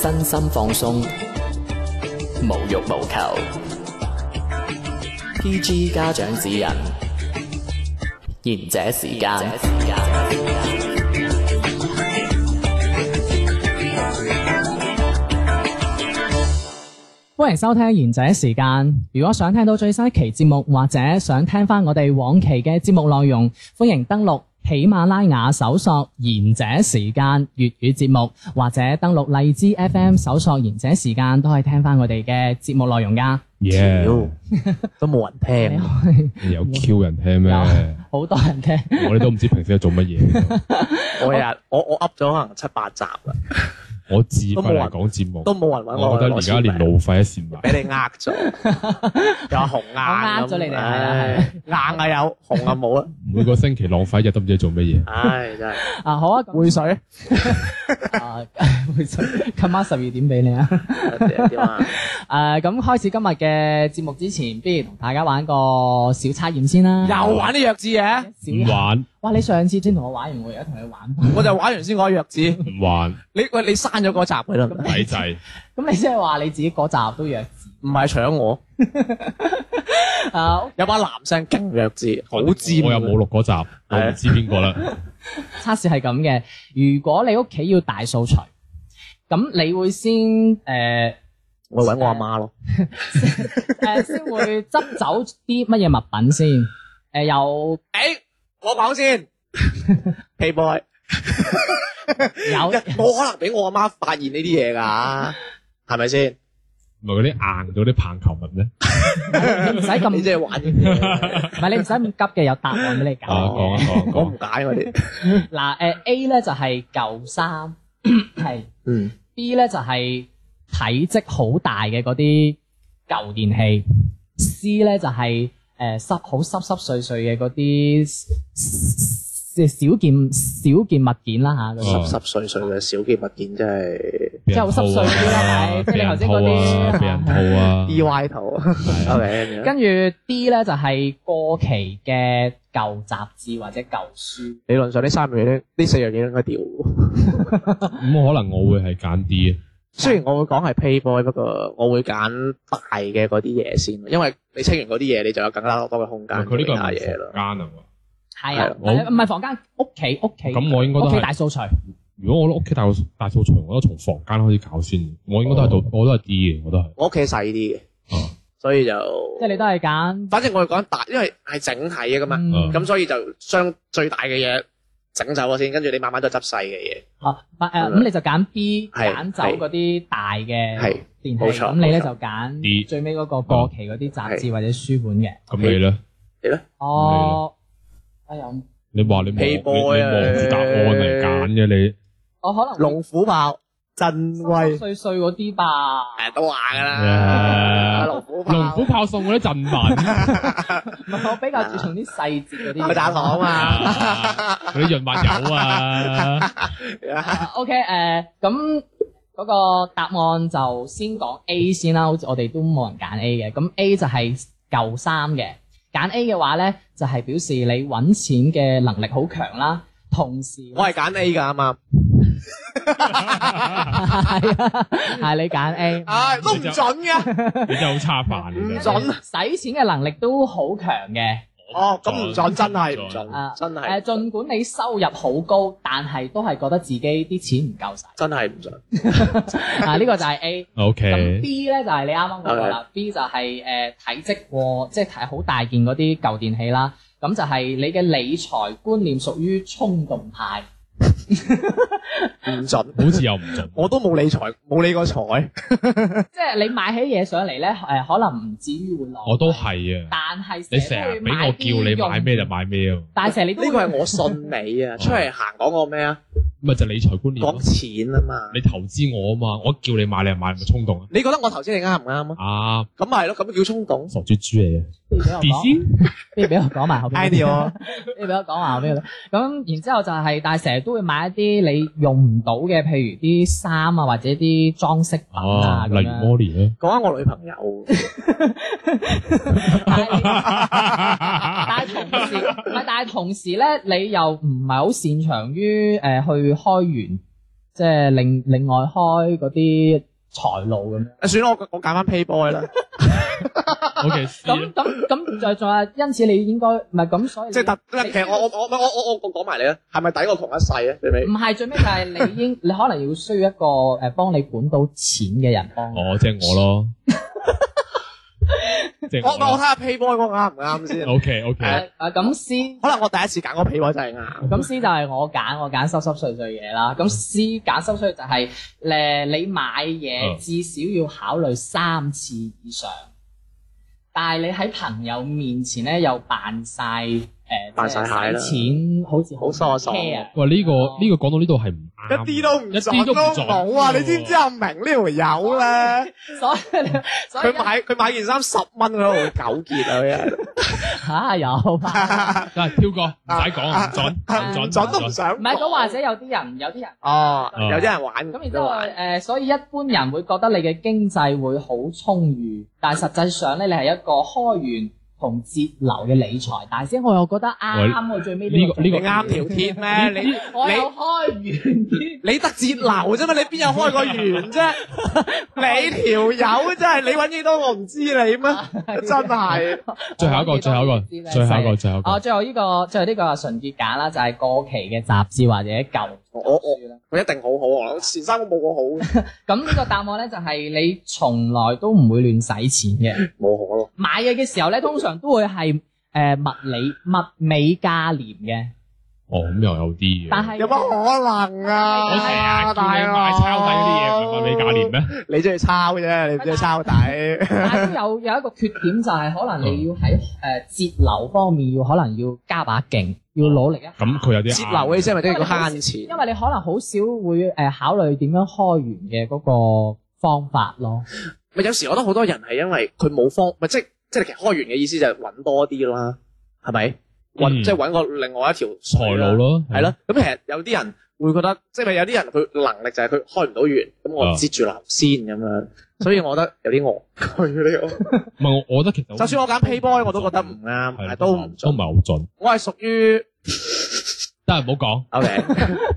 身心放鬆，無欲無求。PG 家長指引，賢者時間。歡迎收聽賢者時間。如果想聽到最新一期節目，或者想聽翻我哋往期嘅節目內容，歡迎登錄喜馬拉雅搜索賢者時間粵語節目，或者登錄荔枝 FM 搜索賢者時間，都可以聽翻我哋嘅節目內容噶。耶，都冇人 聽，有 Q 人聽咩？有好多人聽，我哋都唔知平時喺度做 乜嘢。我日我我 up 咗可能七八集啦，我自費嚟講節目，都冇人揾我。我覺得而家連路費都蝕埋。俾你呃咗，又話紅眼我呃咗你哋係啊係硬啊有，紅啊冇啦，每個星期浪費一日都唔知做乜嘢。唉真係啊好啊，匯水啊匯水，今晚十二點俾你啊！點點啊！誒咁開始今日嘅節目之前，不如同大家玩個小測驗先啦。又玩啲弱智嘢，小唔玩哇！你上次先同我玩完，我而家同你玩。 我就玩完先講弱智。唔玩，你喂你刪咗嗰集佢得唔得？抵制。咁你即係話你自己嗰集都弱智唔係搶我，啊？有把男聲勁弱智，好尖。我又冇錄嗰啊集，我唔知邊個啦。測試係咁嘅，如果你屋企要大掃除，咁你會先呃誒誒、我揾我阿媽咯。呃先會執走啲乜嘢物品先？誒、有誒，我講先，P boy，有冇可能俾我阿媽發現呢啲嘢㗎，係咪先？唔係嗰啲硬咗啲棒球物咧。你唔使咁，你唔真 係玩呢啲嘢。係你唔使咁急嘅，有答案俾你啊，揀。講啊講啊我唔講。解我哋。嗱誒 A 咧就係舊衫，係嗯， B 咧就係體積好大嘅嗰啲舊電器，C 咧就係誒濕好濕濕碎碎嘅嗰啲即係小件小件物件啦嚇，哦濕濕碎碎嘅小嘅物件真係俾即人係好濕碎嗰啲啦係即係俾你人頭先套嗰啲啊，俾人 套啊。 E Y 圖。O K，跟住 D 咧就係過期嘅舊雜誌或者舊書，理論上呢三樣嘢咧，呢四樣嘢應該掉。咁可能我會係揀 D 啊。雖然我會講係 Payboy，不過我會揀大嘅嗰啲嘢先，因為你清完嗰啲嘢，你就有更加多嘅空間佢呢個唔做其他係嘢啦。房間啊嘛。係係啊啊，我唔係房間，屋企屋企咁我應該都屋企係大掃除，如果我屋企大掃大掃除，我都從房間開始搞先。我應該都係做，我都係 D 嘅，我都係。我屋企細啲嘅哦，所以就即係你都係揀反正我會講大，因為係整體嘅嘛，嗯啊咁所以就將最大嘅嘢整走咗先，跟住你慢慢再執細嘅嘢。啊，誒咁你就揀 B，係揀走嗰啲大嘅係電器，冇錯咁你咧冇錯就 D 揀最尾嗰個過期嗰啲雜誌或者書本嘅。咁你咧？哦，哎呀，你話你望你你 Playboy 啊望住答案嚟揀嘅我可能龍虎豹、振濕濕威，碎碎嗰啲吧，誒都話㗎你，啦。誒龍虎龍豹虎。炮送嗰啲贈 品，唔係我比較注重啲細節嗰啲。佢 打糖啊嘛，啊嗰啲潤滑油 啊，啊 OK，誒，咁嗰個答案就先講 A 先啦，好似我哋都冇人揀 A 嘅。咁 A 就係舊衫嘅，揀 A 嘅話咧，就係表示你揾錢嘅能力好強啦，同時我係揀 A 㗎啊嘛，係啊， 係你揀 A。唉啊都唔準嘅，你真係好差飯嘅唔準使錢嘅能力都好強嘅，哦咁唔準真係唔啊準，真誒，係儘管你收入好高，但係都係覺得自己啲錢唔 夠使。真係唔準，啊，呢個就係 A。 O 咁 K， B 咧就係你啱啱講過啦，B 就係誒體積過，即係睇好大件嗰啲舊電器啦。咁就係你嘅理財觀念屬於衝動派， 唔準，好似又唔準。我都冇理財，冇理過財，即係你買起嘢上嚟咧，誒可能唔至於會浪費。我都，係啊，但係你成成日日會俾買我啲叫你買咩就用，買咩啊，但係成日你都呢個會係我信你 啊，出嚟行講我咩啊，咪就理財觀念講咯。錢啊嘛，你投資我啊嘛，我叫你買你就買，咪衝動啊！你覺得我頭先你啱唔啱啊？啊，咁咪係咯，咁叫衝動，傻豬豬嚟嘅不如俾我，B 講 C，不如俾我講埋後邊。 Andy 我 你俾我講話俾佢。咁然之後就係、但係成日都會買一啲你用唔到嘅，譬如啲衫啊，或者啲裝飾品哦啊，例咁如樣。 Molly 啦。 講緊我女朋友，但係但係同時， 但唔係但係同時咧，你又唔係好擅長於誒、呃去開源，即係另另外開嗰啲財路咁樣。 啊算啦，我我揀翻 Payboy 啦，我其實咁咁咁就仲有，因此你應該唔係咁，所以你即係特其實我我我我我我我講埋你啦，係咪抵我窮一世啊咧？最尾嗯唔係最尾就係你應你可能要需要一個誒幫你管到錢嘅人幫你。我即係我咯，即係我我睇我下 Payboy 嗰個啱唔 啱先， O K O 誒 K，誒咁 C 可能我第一次揀嗰個 Payboy 真係啱，咁 C 就係我揀，我揀濕濕碎碎嘢啦。嗯咁 C 揀濕碎就係、誒、你買嘢嗯至少要考慮三次以上，但係你喺朋友面前咧又扮晒呃誒，扮晒蟹啦錢好似好疏爽 care 喂呢個呢個講到呢度係唔一啱，啲都唔一啲都唔哦撞都冇啊！撞你知唔知阿明呢條友咧？所以所以 佢買佢買件衫十蚊喺度糾結啊！ 佢嚇啊有吧。嗱跳過唔使講，唔準唔準啊唔準都唔唔準，想講。唔係咁，或者有啲人有啲人哦，嗯有啲人玩咁咁然然之之後後誒、玩，呃所以一般人會覺得你嘅經濟會好充裕，但係實際上咧，你係一個開源同節流嘅理財大師。我又覺得啱，我最尾呢個呢呢你個啱條 鐵咩？你我有你開源啲。你得節流啫嘛，你邊有開過源 啫？你條友真係你揾幾多我唔知 你咩？真 係最後一個最後一個最後一個最後一哦，個，最後呢、個最後呢個係純潔揀啦，就係、過期嘅雜誌或者舊我我書啦。佢一定好好啊我諗前三個冇我好，咁呢個答案咧就係、你從來都唔會亂使錢嘅。冇可咯。買嘢嘅時候咧，通常都會係誒、呃物理物美價廉嘅，哦咁又有啲但嘅。係有乜可能我成啊？日叫大你買抄底嗰啲嘢，啊唔係美價廉咩？咩？你中意抄啫，你唔中 意抄底。但係都有 有一個缺點就係可能你要喺誒節流方面要可能要加把勁，要努力一下。啊咁佢有啲節流嘅意思係咪都要慳因錢？為你可能好少會誒考慮點樣開源嘅嗰個方法咯。咪有時我覺得好多人係因為佢冇方，咪即即係其實開源嘅意思就係揾多啲啦，係咪？揾嗯即係揾個另外一條財路咯，咯，係咯。咁其實有啲人會覺得，即係咪有啲人佢能力就係佢開唔到源，咁啊我截住流先咁樣。所以我覺得有啲惡 佢呢個。唔係我，我覺得其實就算我揀 Payboy，我都覺得唔係啱，都唔都唔準。係好準。我係屬於但係唔好講 OK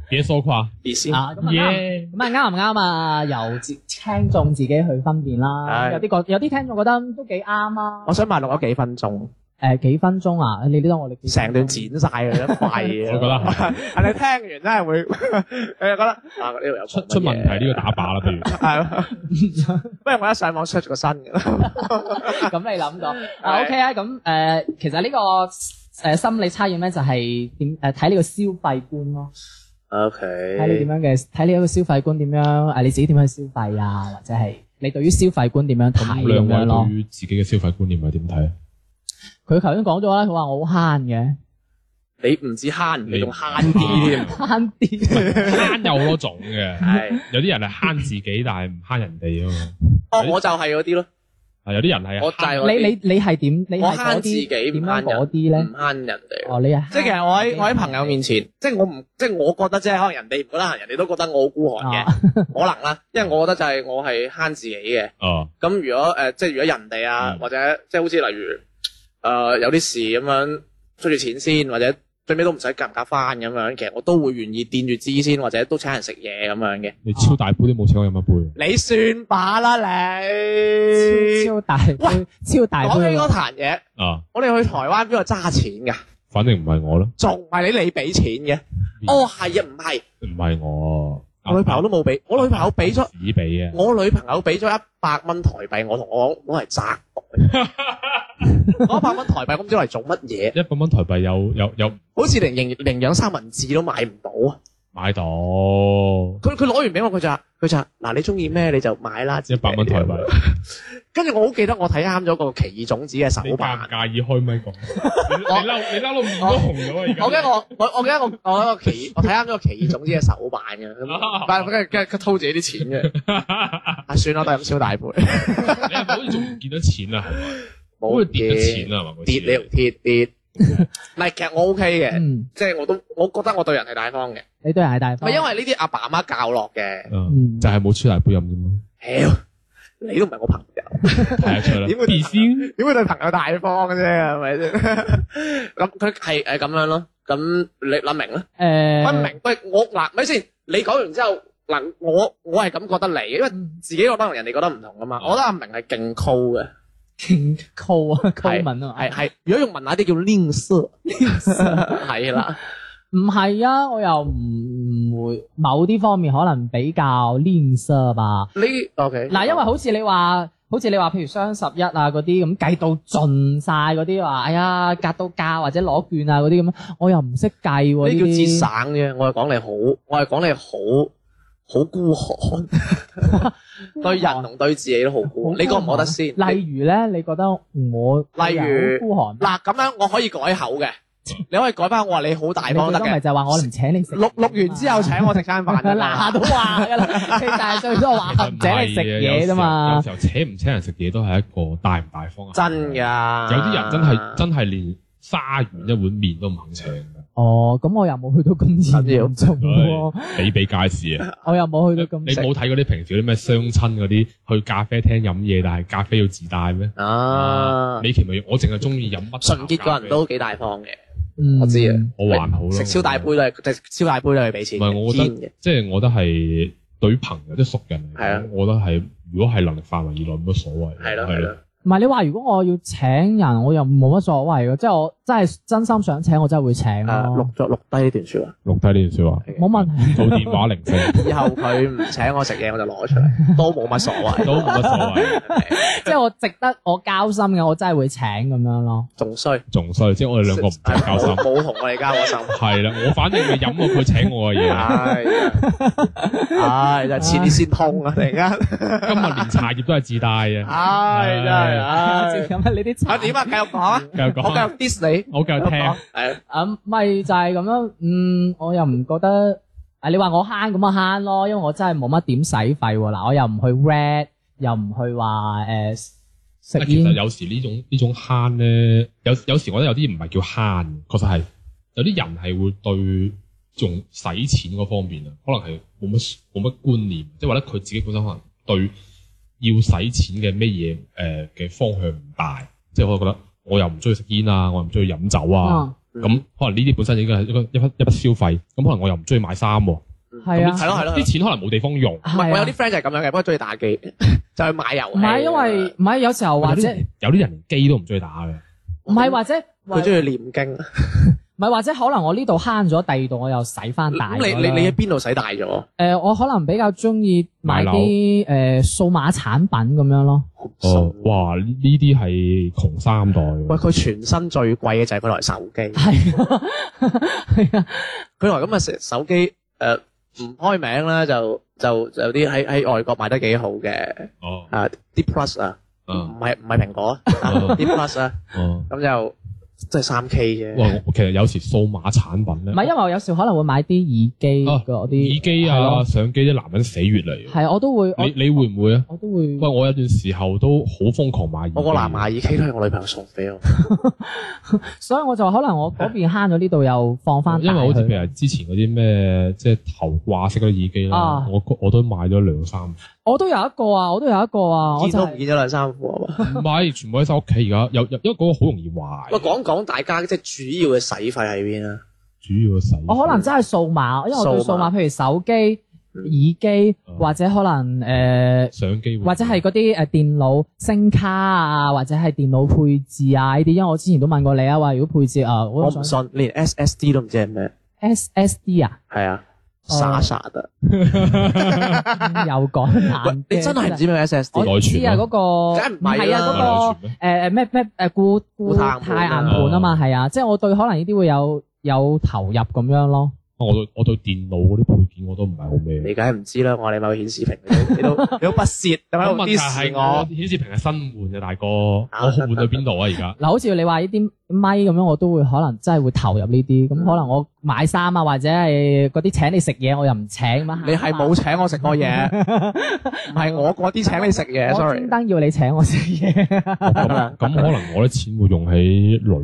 嘢疏誇意思。啊，咁啊啱。嘢，咁啊啱唔啱啊？由自聽眾自己去分辨啦。係有啲覺有啲聽眾覺得都幾啱啊。我想賣錄咗幾分鐘。誒幾分鐘啊？你呢度我哋幾分鐘成段剪晒佢一廢我覺得係啊！ 係你聽完真係會，你又覺得啊呢度有出出問題呢個打靶啦， 不如個係啊，不如我一上網 search 個新嘅啦。 咁你諗到啊係？OK 啊，咁誒、呃其實呢、個誒、呃心理測驗咧，就係點誒睇你個消費觀咯，睇你點啊 OK，樣嘅，睇你一個消費觀點樣誒，你自己點樣去消費啊，或者係你對於消費觀點樣睇咁咁兩樣位咯對。於自己嘅消費觀念係點睇？佢頭先講咗啦，佢話我好慳嘅，你唔止慳，你仲慳 啲添。慳啲。慳有好多種嘅，係，有啲人係慳自己，但係唔慳人哋啊嘛。哦，我就係嗰啲咯，啊，有啲人係我就係嗰啲你你你係點？ 你我係慳嗰自己，啲唔點樣慳人嗰啲唔咧？慳人哋。哦，你係即係其實我喺我喺朋友面前，即係我唔即係我覺得即係可能人哋唔覺得人哋都覺得我好孤寒嘅，啊可能啦，因為我覺得就係我係慳自己嘅。啊，咁如果誒、呃即係如果人哋啊，嗯或者即係好似例如誒、呃有啲事咁樣出住錢先，或者最尾都唔使夾唔夾翻咁樣，其實我都會願意墊住支先，或者都請人食嘢咁樣嘅。你超大杯都冇請我飲一杯。你算把啦你！超超大杯喂，超大講杯起喎嗰。壇嘢，啊，我哋去台灣邊度揸錢㗎？反正唔係我啦，仲唔係你你俾錢嘅？哦，係啊，唔係，唔係我，我女朋友都冇俾，我女朋友俾咗，紙俾嘅，我女朋友俾咗一百蚊台幣，我同我講攞嚟擲 袋，攞一百蚊台幣，我唔知攞嚟做乜嘢。一百蚊台幣有有有好似連營營養三文治都買唔到啊！買到。佢佢攞完俾我，佢就話佢就話嗱，你中意咩你就買啦，一百蚊台幣，跟住我好記得我睇啱咗個奇異種子嘅你手介唔辦，介意開咪 講？你我你嬲你嬲到面都紅咗啊！而家我記 得我我我記得我我有一個奇我睇啱咗個奇異種子嘅手辦嘅，啊咁但係跟住跟住佢掏自己啲 錢嘅，啊算啦，都係咁燒大杯，你係咪好似仲唔見得錢啊？係 咪好冇似跌咗錢嘢啊？係咪？跌你條鐵跌，唔係其實我 OK 嘅，嗯，即係我都我覺得我對人係大方啊嘅，你對人係大唔方。係因為呢啲阿爸阿媽教落嘅，嗯，就係冇出大杯飲啫嘛，屌你都唔係我朋友。睇得 出啦。點會必先點會對朋友大方嘅啫？係咪先？咁佢係誒咁樣咯。咁你諗明啦？誒，諗明喂，我嗱咪先，你講完之後，嗱，我我係咁覺得嚟嘅，因為自己覺得同人哋覺得唔同啊嘛。我覺得阿明係勁 cool 嘅，勁 cool 啊，cool 文啊嘛，係係。如果用文雅啲叫 lean 色，係啦。唔係啊？我又唔會某啲方面可能比較 l 塞吧。呢 OK 嗱，因為好似你話，好似你話，譬如雙十一啊嗰啲咁計到盡晒嗰啲話，哎呀隔到價或者攞券啊嗰啲咁，我又唔識計喎。呢呢叫啲節省啫，我係講你好，我係講你好好孤寒，對人同對自己都好孤好寒。你覺唔覺得孤寒先？例如咧，你覺得我例如我有孤寒，嗱咁樣，我可以改口 嘅，你可以改翻我話你好大方你最得多咪嘅。就係話我唔請你食錄錄完之後請我食餐飯得啦 嗱都話㗎啦，你但係最多話啊唔請你食嘢啫嘛有。時候請唔請人食嘢都係一個大唔大方嘅考慮真㗎，有啲人真係真係連沙縣一碗麵都唔肯請啊㗎，哦，咁我又冇去到咁嚴重喎，比比皆是 啊！我又冇去到你咁食。冇睇嗰啲平時嗰啲咩相親嗰啲去咖啡廳飲嘢，但係咖啡要自帶咩？啊，美其咪我淨係中意飲乜純潔個個人都幾大方嘅，嗯我知啊我還好咯，食超大杯都係食超大杯都係俾錢唔係，我嘅，覺堅得嘅。即係我覺得係對於朋友即係熟人嚟係啊講，我覺得係如果係能力範圍以內冇乜所謂。係咯係咯，，唔係你話如果我要請人，我又冇乜所謂嘅，即係我真係真心想請，我真係會請啊咯錄，咗錄低呢段説話，錄低呢段 説話，冇問題。 做電話鈴聲以後佢唔請我食嘢我就攞出 嚟，都冇乜所謂，都冇乜所謂，即係我值得我交心嘅，我真係會請咁樣咯。仲衰。仲衰，即係我哋兩個唔同交心係。 冇冇同我哋交過心。 係啦，我反正咪飲過佢請我嘅嘢啦，唉，唉，真係遲啲先通啊！突然間，今日連茶葉都係自帶嘅。唉，真 係唉。咁啊，你啲啊點啊？繼續講啊！繼續 我講繼啊，續 diss 你。我繼續聽。係啊，咪就係咁樣。嗯，我又唔覺得。啊，你話我慳咁啊慳咯，因為我真係冇乜點使費喎。嗱，我又唔去 red，又唔去話誒食啊其實煙。有時呢種呢種慳咧，有有時我覺得有啲唔係叫慳，確實係有啲人係會對用使錢嗰方面啊，可能係冇乜冇乜觀念，即係話咧佢自己本身可能對要使錢嘅咩嘢誒嘅方向唔大，即係我覺得我又唔中意食煙啊，我又唔中意飲酒哦啊，嗯咁、可能呢啲本身已經係一個一筆一筆消費，咁可能我又唔中意買衫喎、係啊咁啲係咯係咯啲錢可能冇地方用，唔係係我有啊啲 friend 就係咁樣嘅，不過中意打 機，就去買遊戲。唔係因 à. 為唔係有時候或有啲者人有啲人連機都唔中意打嘅。唔係或者佢中意念經。唔係或者可能我呢度慳咗，第二度我又使翻大咁咗你啦。你你喺邊度使大咗？誒、我可能比較中意買買樓啲誒數碼產品咁樣 咯。哦，哇！呢呢啲係窮三代喎，喂，佢全身最貴嘅就係佢台手機，係啊，係啊，佢台咁嘅手機誒唔開名啦，就就就有啲喺喺外國賣得幾好嘅哦，啊啲 Plus à. 啊。唔嗯啊，係唔係蘋果啊 嗯啲 Plus à. 啊，哦，咁就即係三 K 哇！啫。我我其實有時數碼產品唔咧，係因為我有時可能會買啲耳哦機嗰啲耳機係咯啊、相機啲男人死穴嚟嘅，係我都會，我你你會唔會啊？我都會喂，我有段時候都好瘋狂買耳機，啊我個藍牙耳機都係我女朋友送俾我，所以我就可能我嗰邊慳咗呢度又放翻，哦因為好似譬如之前嗰啲咩即係頭掛式嗰啲耳機啦啊，我我都買咗兩三，唔我都有一個啊，我都有一個啊，我見就都唔係見咗兩三副啊嘛。係全部喺晒屋企而家，有有因為嗰個好容易壞，喂，講講大家即係主要嘅使費喺邊啊？主要使我可能真係數碼，因為我對數數碼碼，譬如手機、嗯耳機嗯或者可能誒。相機會或者係嗰啲誒呃電腦聲卡啊，或者係電腦配置啊呢啲，因為我之前都問過你啊，話如果配置啊，我我唔信，連 SSD 都唔知係咩。 SSD 啊，係啊，哦傻傻得。嗯又講 喂難，你真係唔知咩 SSD？我知啊內存啊嗰個，梗係唔係啦啊內嗰存咩個誒誒咩咩誒固固固態態硬硬盤盤啊啊嘛，係啊，即係我對可能呢啲會有有投入咁樣咯。我對我對電腦嗰啲配件我都唔係好咩。你梗係唔知啦，我哋某顯示 屏，你都你都不屑，啊你喺咁度問題係 diss 我我。顯示屏係新換嘅，大哥，我換去邊度啊？而家嗱，好似你話呢啲咪咁樣，我都會可能真係會投入呢啲，咁嗯可能我買衫啊，或者係嗰啲請你食嘢，我又唔請咁啊。你係冇請我食過嘢， 唔係我嗰啲請你食嘢。我 sorry 專。登要你請我食嘢。咁咁可能我啲錢會用喺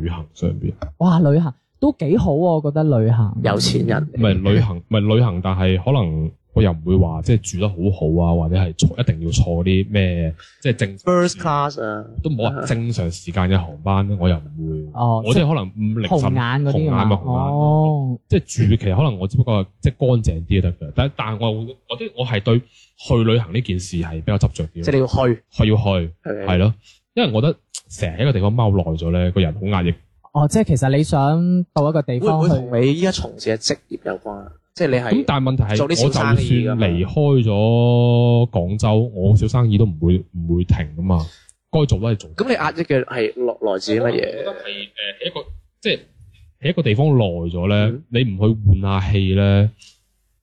旅行上邊，哇，旅行都幾好喎、我覺得旅行有錢人唔係旅行，唔係旅行，但係可能我又唔會話即係住得好好啊，或者係坐一定要坐啲咩即係正常 first 時 class 啊，都冇話正常時間嘅航班，我又唔會。哦我即係可能五零紅十眼嗰紅啲眼啊咪嘛，紅眼。哦，即係住，其實可能我只不過係即係乾淨啲就得嘅，但但係我會我啲我係對去旅行呢件事係比較執着啲。即係你要去，我要去係係咯，因為我覺得成日喺一個地方踎耐咗咧，個人好壓抑。哦，即係其實你想到一個地會唔方會去，同你依家從事嘅職業有關啊？即係你咁係但係問題係，做我就啲小算生意㗎嘛離開咗廣州，我小生意都唔會唔會停噶嘛，該做都係做。咁，你壓抑嘅係落來自於乜我覺嘢？得係誒喺一個即係喺一個地方耐咗咧，嗯你唔去換下氣咧，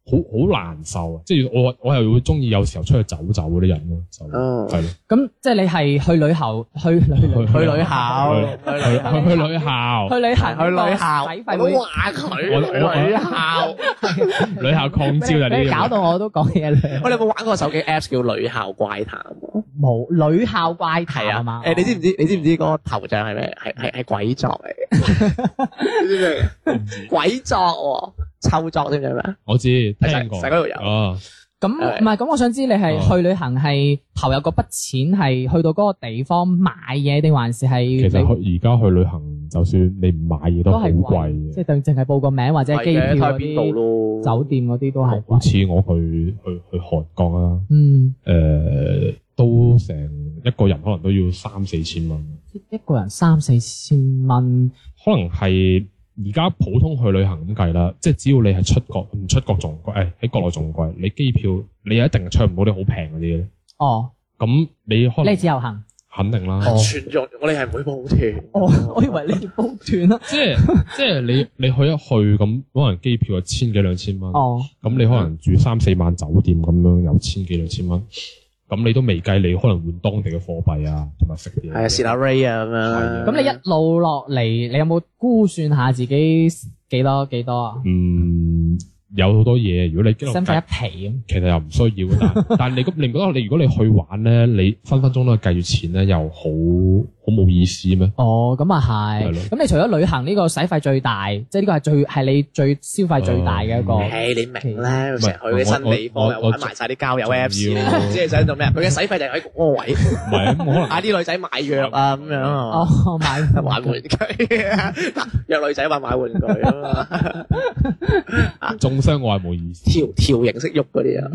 好好難受啊！即係我我又會中意有時候出去走走嗰啲人咯，就哦係咯咁即係你係去旅行，去旅去去旅行行，去旅行去去旅校去旅行，啊去旅行使我費 都會話佢我我旅校。旅校抗焦啊就係呢你啲搞嘢。到我都講嘢啦，喂，你有冇玩過手機 Apps 叫《女校怪談》啊？冇女校怪談係啊啊嘛，，誒，你知唔知？你知唔知嗰個頭像係咩？係係係鬼作嚟嘅，你 知唔知？鬼作喎，臭作知唔知係咩？我知聽過細細個度有啊，咁係唔係咁，我想知你係哦去旅行係投入嗰筆錢係去到嗰個地方買嘢，定還是係其實你去而家去旅行，就算你唔買嘢都都好係貴貴，嘅即。係淨係報個名或者機票睇下嗰邊度啲、咯，酒店嗰啲都係好貴。似我去去去韓國啊，嗯，誒都成一個人可能都要三四千蚊。一個人三四千蚊，可能係而家普通去旅行咁計啦，即係只要你係出國，唔出國仲貴，誒、喺國內仲貴。你機票你一定唱唔到啲好平嗰啲咧。哦，咁你可你能係自由行，肯定啦，哦全用我哋係唔會報團。 哦，我以為你要報團啦，即係 即係你你去一去咁，可能機票係啊千幾兩千蚊，咁、哦，你可嗯能住三四晚酒店咁樣有千幾兩千蚊，咁你都未計你可能換當地嘅貨幣啊，同埋食嘢。係啊，是啦 Ray 啊咁樣。咁你一路落嚟，你有冇估算下自己幾多幾多啊？嗯，有好多嘢，如果你經使唔使一皮咁？其實又唔需要，但但係你咁，你唔覺得你如果你去玩咧，你分分鐘都係計住錢咧，又好好冇意思咩？哦，咁啊係係咯，咁你除咗旅行呢個使費最大，即係呢個係最係你最消費最大嘅一個。哦唉，你明啦，成日去啲我新地方我又我玩埋晒啲交友仲 Apps，要唔知你想做咩？佢嘅使費就係喺嗰個 位，唔係 咁，我可能嗌啲女仔買藥啊咁樣 啊嘛，哦，買玩玩玩具，約女仔玩買玩具啊嘛， 中傷我係冇意思。調調形式喐嗰啲啊，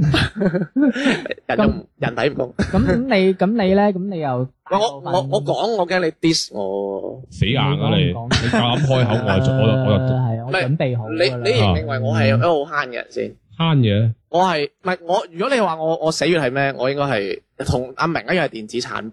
人又唔人體唔同。咁你咁你咧，咁你又喂我我我講，我驚你 diss 我。死硬啊你！你你講夠膽開口，我係做我就我 就係我唔係準備好㗎你啦你認唔認為我係一個好慳嘅人先？慳嘢。我係唔係我？如果你話我我死穴係咩？我應該係同阿明一樣係電子產品，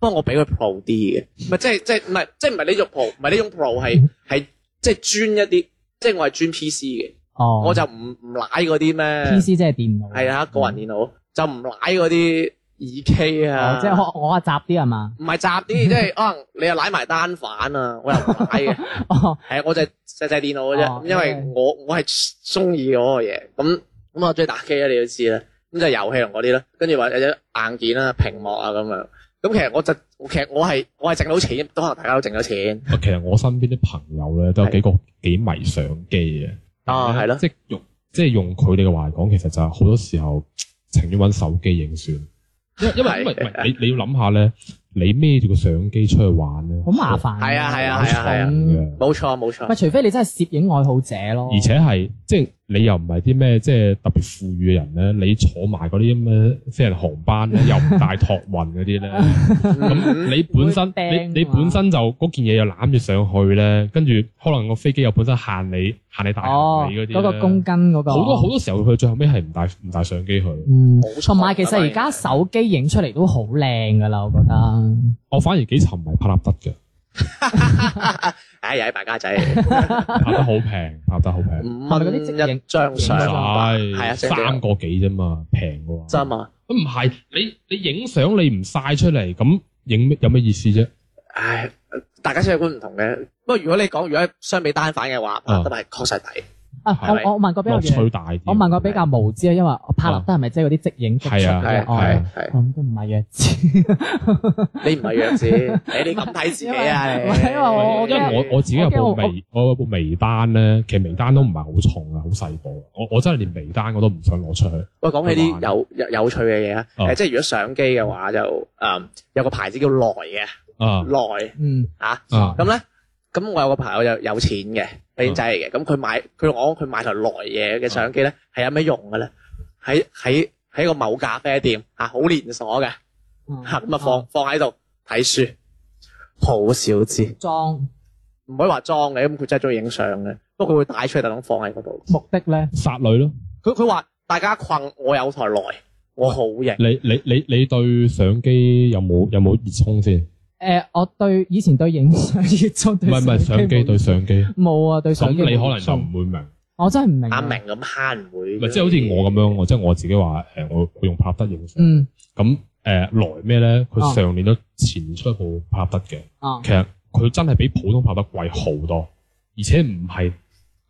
不過我比佢 pro 啲嘅，唔係即係即係唔係即係唔係呢種 pro，唔係呢種 pro 係係即係專一啲，即係我係專 PC 嘅，哦，我就唔唔奶嗰啲 P 咩 C 即係電腦，係啊個人電腦就唔奶嗰啲二 K 哦啊，即係我我阿雜啲係嘛？唔係 雜啲，即係可能你又奶埋單反啊，我又唔奶嘅。哦，係啊，我就係細細電腦嘅啫，哦咁因為嗯我我係中意嗰個嘢，咁咁我中意打機啦，你都知啦，咁就遊戲同嗰啲啦，跟住或者有啲硬件啦、屏幕啊咁樣，咁其實我就其實我係我係剩到錢，都可能大家都剩到錢，其實我身邊啲朋友咧都有幾個幾迷相機嘅。哦啊係咯即係用即係用佢哋嘅話講，其實就係好多時候情願揾手機影算。因為因為因為唔係你你要諗下咧，你孭住個相機出去玩咧，好麻煩。係啊係啊好係啊係啊重嘅。冇錯冇錯喂，，除非你真係攝影愛好者咯，而且係即係你又唔係啲咩即係特別富裕嘅人咧，你坐埋嗰啲咩私人航 班咧，又唔帶託運嗰啲咧，嗯 咁你本會掟身你你嘛本身就嗰件嘢又攬住上去咧，跟住可能個飛機又本身限你限你帶哦行李嗰啲咧嗰個公斤嗰個好多好多時候佢最後尾係唔帶唔帶相機去。嗯啊冇錯同埋其實而家手機影出嚟都好靚噶啦，我覺得。我反而幾沉迷拍立得嘅，唉又係 敗家仔，拍得好平，拍得好平，五係咪蚊嗰啲即一影張唔使相，係啊正正三個幾啫嘛，平嘅話。真啊，咁唔係你你影相你唔晒出嚟，咁影咩有咩意思啫？唉大家世界觀唔同嘅，不過如果你講如果相比單反嘅話，啊咁係確實抵，啊，係我我問個比較樂趣遠，大哦啲。哦我問個比較無知啊，因為我拍立得係咪即係嗰啲即影即出係啊嘅係啊愛？係咁都唔係弱智， 你唔係弱 智，你你咁睇自己啊你？唔係因為我因為我我自己有部微，我有部微單咧，其實微單都唔係好重啊，好細部。我我真係連微單我都唔想攞出去。喂，講起啲有有有趣嘅嘢啊，啊哦誒，即係如果相機嘅話就誒有個牌子叫來嘅啊來嗯，嚇，啊咁咧咁我有個朋友有有錢嘅靚仔嚟嘅，哦咁佢買佢我佢買台來嘢嘅相機咧係有咩用嘅咧？喺喺喺個某咖啡店啊，好連鎖嘅嚇，咁啊放哦放喺度睇書，好少知，裝唔可以話裝嘅，咁佢真係中意影相嘅，不過佢會帶出去特登放喺嗰度。目的咧，殺女咯！佢佢話大家困，我有台來，我好型。你你你你對相機有冇有冇熱衷先？誒，我對以前對影相 熱衷，唔對係唔係相機冇對相機，冇啊，對咁相機你可能熱就衷唔會明。我真係唔明啊阿明，咁慳唔會，咪即係好似我咁樣，我即係我自己話誒，我我用拍立得影相。嗯咁誒來咩咧？啊佢上年都前出一部拍立得嘅，啊其實佢真係比普通拍立得貴好多，而且唔係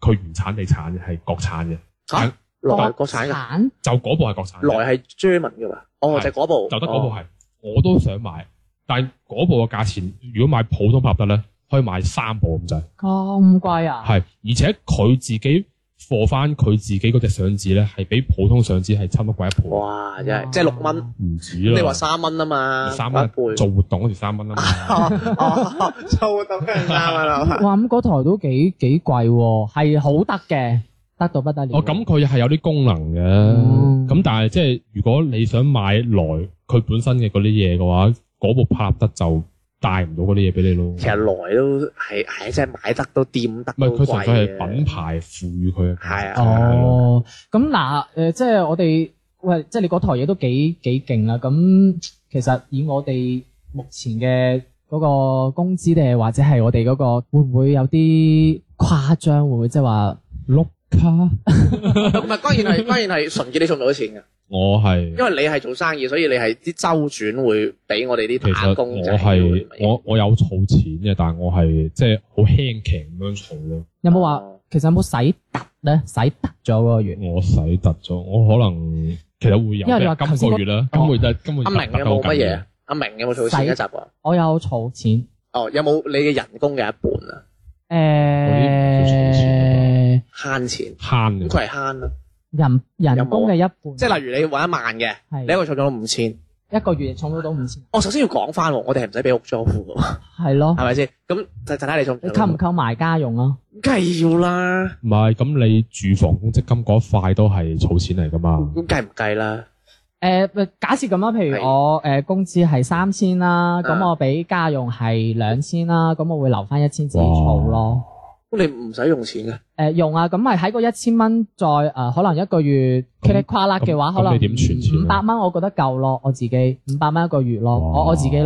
佢原產地產嘅，係國產嘅。嚇來國產嘅，產就嗰部係國產嘅，來係 German 嘅嘛，哦係就係嗰部，哦就得嗰部係，我都想買，但係嗰部嘅價錢，如果買普通拍得咧，可以買三部咁滯，咁貴啊？係，而且佢自己貨翻佢自己嗰隻相紙咧，係比普通相紙係差唔多貴一倍，哦，哇真係即係六蚊，唔止咁啦。你話三蚊啊嘛，三一蚊倍，做活動嗰時三蚊啊嘛， 哦，做到啊嘅三蚊啦， 哇！咁嗰台都幾幾貴喎，係好得嘅，得到不得了。哦咁佢係有啲功能嘅，嗯咁、但係即係如果你想買來佢本身嘅嗰啲嘢嘅話，嗰部拍立得就帶唔到嗰啲嘢俾你咯。其實來都係係即係買得都掂得唔係都佢貴純粹嘅，係品牌賦予佢嘅價值係啊哦，咁嗱誒，即係我哋喂，即係你嗰台嘢都幾幾勁啦。咁其實以我哋目前嘅嗰個工資定係或者係我哋嗰個會唔會有啲誇張？會唔會即係話碌卡，唔係啊當 然係當然係純潔，你送唔到錢嘅，我係因為你係做生意，所以你係啲周轉會俾我哋其啲打實工仔我係會我我有儲錢嘅，但係我係即係好輕騎咁樣儲咯。有冇話其實有冇使突咧？使突咗嗰個月？我使突咗，我可能其實會有，因為你話頭今先嗰個月啦，今個月就今個月阿明突有得好冇乜緊要嘢？？阿明有冇儲錢一集啊？我有儲錢。哦，有冇你嘅人工嘅一半啊？誒、啲叫儲錢慳錢，慳嘅，咁佢係慳啦。人啊人工嘅一半，即係例如你揾一萬嘅，係你一個月儲咗五千。一個月儲到到五千，我首先要講翻，我哋係唔使俾屋租嘅哦喎，係咯係。咪先？咁就就睇你儲唔你儲扣唔到。扣埋家用啊？梗係要啦，唔係咁你住房公積金嗰一塊都係儲錢嚟㗎嘛？咁計唔計啦？誒、假設咁啦，譬如係我誒、工資係三千啦，咁啊我俾家用係兩千啦，咁我會留翻一千自己儲咯。咁你唔使用錢嘅，誒、用啊，咁咪喺嗰一千蚊再誒、可能一個月咁噼里呱啦嘅話，咁可能咁你點存錢啊五百蚊我覺得夠咯，我自己五百蚊一個月咯，我我自己咯，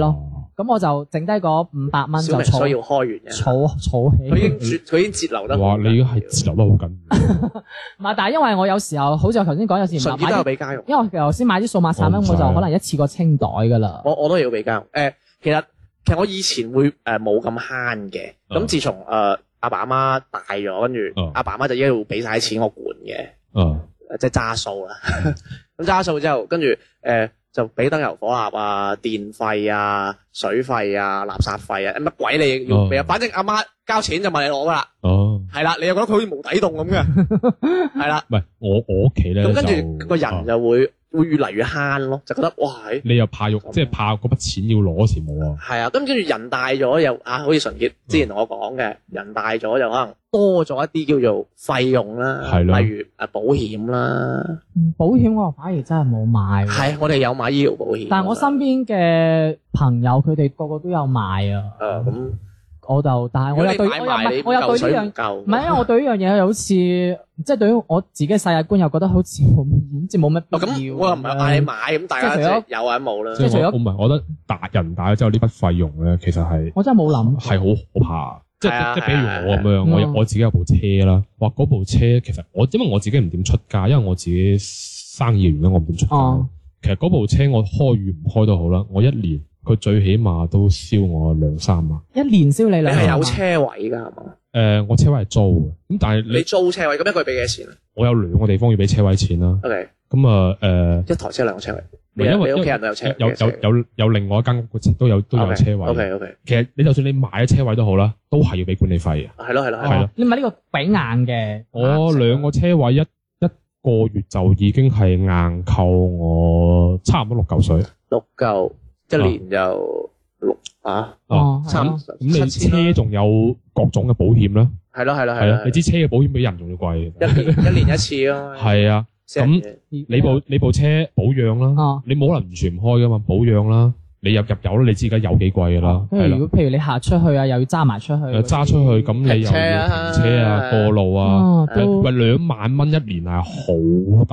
咯。咁我就剩低嗰五百蚊就小明需要儲開源嘅，儲儲起。佢已經節佢已經節流得好緊哇！要。你係節流得好緊要。 唔係，但係因為我有時候，好似我頭先講，有時純買潔都有啲，俾家用，因為我頭先買啲數碼產品，我我唔使啊就可能一次過清袋㗎啦。我我都要俾家用。誒，其實其實我以前會誒冇咁慳嘅，咁嗯自從誒阿爸阿媽大咗，跟住嗯阿爸阿媽就一路俾晒錢我管嘅。啊，即係揸數啦。 咁揸數之後，跟住誒就俾燈油火蠟啊、電費啊、水費啊、垃圾費啊，乜鬼你要俾啊？哦反正阿媽交錢就問你攞噶啦，哦，係啦，你又覺得佢好似無底洞咁 嘅，係啦。唔係我我屋企咧，咁跟就啊住個人就會會越嚟越慳咯，就覺得哇係你又怕肉，即係怕嗰筆錢要攞嗰時冇啊。係啊，咁跟住人大咗又啊，好似純嗯潔之前同我講嘅，人大咗就可能多咗一啲叫做費用啦，係咯例如啊保險啦，嗯保險我反而真係冇買喎，係我哋有買醫療保險㗎嘛，但係我身邊嘅朋友佢哋個個都有買啊，誒咁。我就但係我又對我又唔如果你買埋係你我又水對呢唔樣。夠，唔係，因為我對呢樣嘢又好似即係對於我自己嘅世界觀又覺得好似冇好似冇乜必哦咁要。啊我又唔係嗌你買，咁大家即係即除咗係有啊冇啦即。係除係咗我我唔係，我覺得大人大咗之後呢筆費用咧，其實係我真係冇諗過。係好可怕。即係啊係即係，比係啊如我咁樣，我有嗯我自己有部車啦。哇！嗰部車其實我因為我自己唔點出街，因為我自己生意原因，我唔點出街哦。其實嗰部車我開與唔開都好啦，我一年佢最起碼都燒我兩三萬。一年燒你你兩係萬有啊車位㗎係嘛？誒、我車位係租嘅，咁但係你你租車位咁一個月俾幾多錢啊我有兩個地方要俾車位錢啦。 ？OK，咁啊誒，一台車兩個車位，你唔係因為你屋企因人都有車有有有有另外一間屋嘅都有都有車位。 OK OK，其實你就算你買咗車位都好啦，都係要俾管理費嘅。係咯係咯係係咯啦。你咪呢個俾硬嘅，我兩個車位一一個月就已經係硬扣我差唔多六嚿水。六嚿一年就六啊，哦，係三咯咁咁你車仲有各種嘅保險啦，係咯係咯係係啦，咯，你知車嘅保險比人仲要貴。一年一年一次咯，係啊，四十咁幾你部你部車保養哦啦，你冇可能完全唔開噶嘛，保養啦，你入入油啦，你知而家有幾貴噶啊啦，係跟住啦如，果譬如你行出去啊，又要揸埋出去，誒揸出去咁你又要嗯停車啊嗯停車啊、過路啊，哦喂都喂兩萬蚊一年係好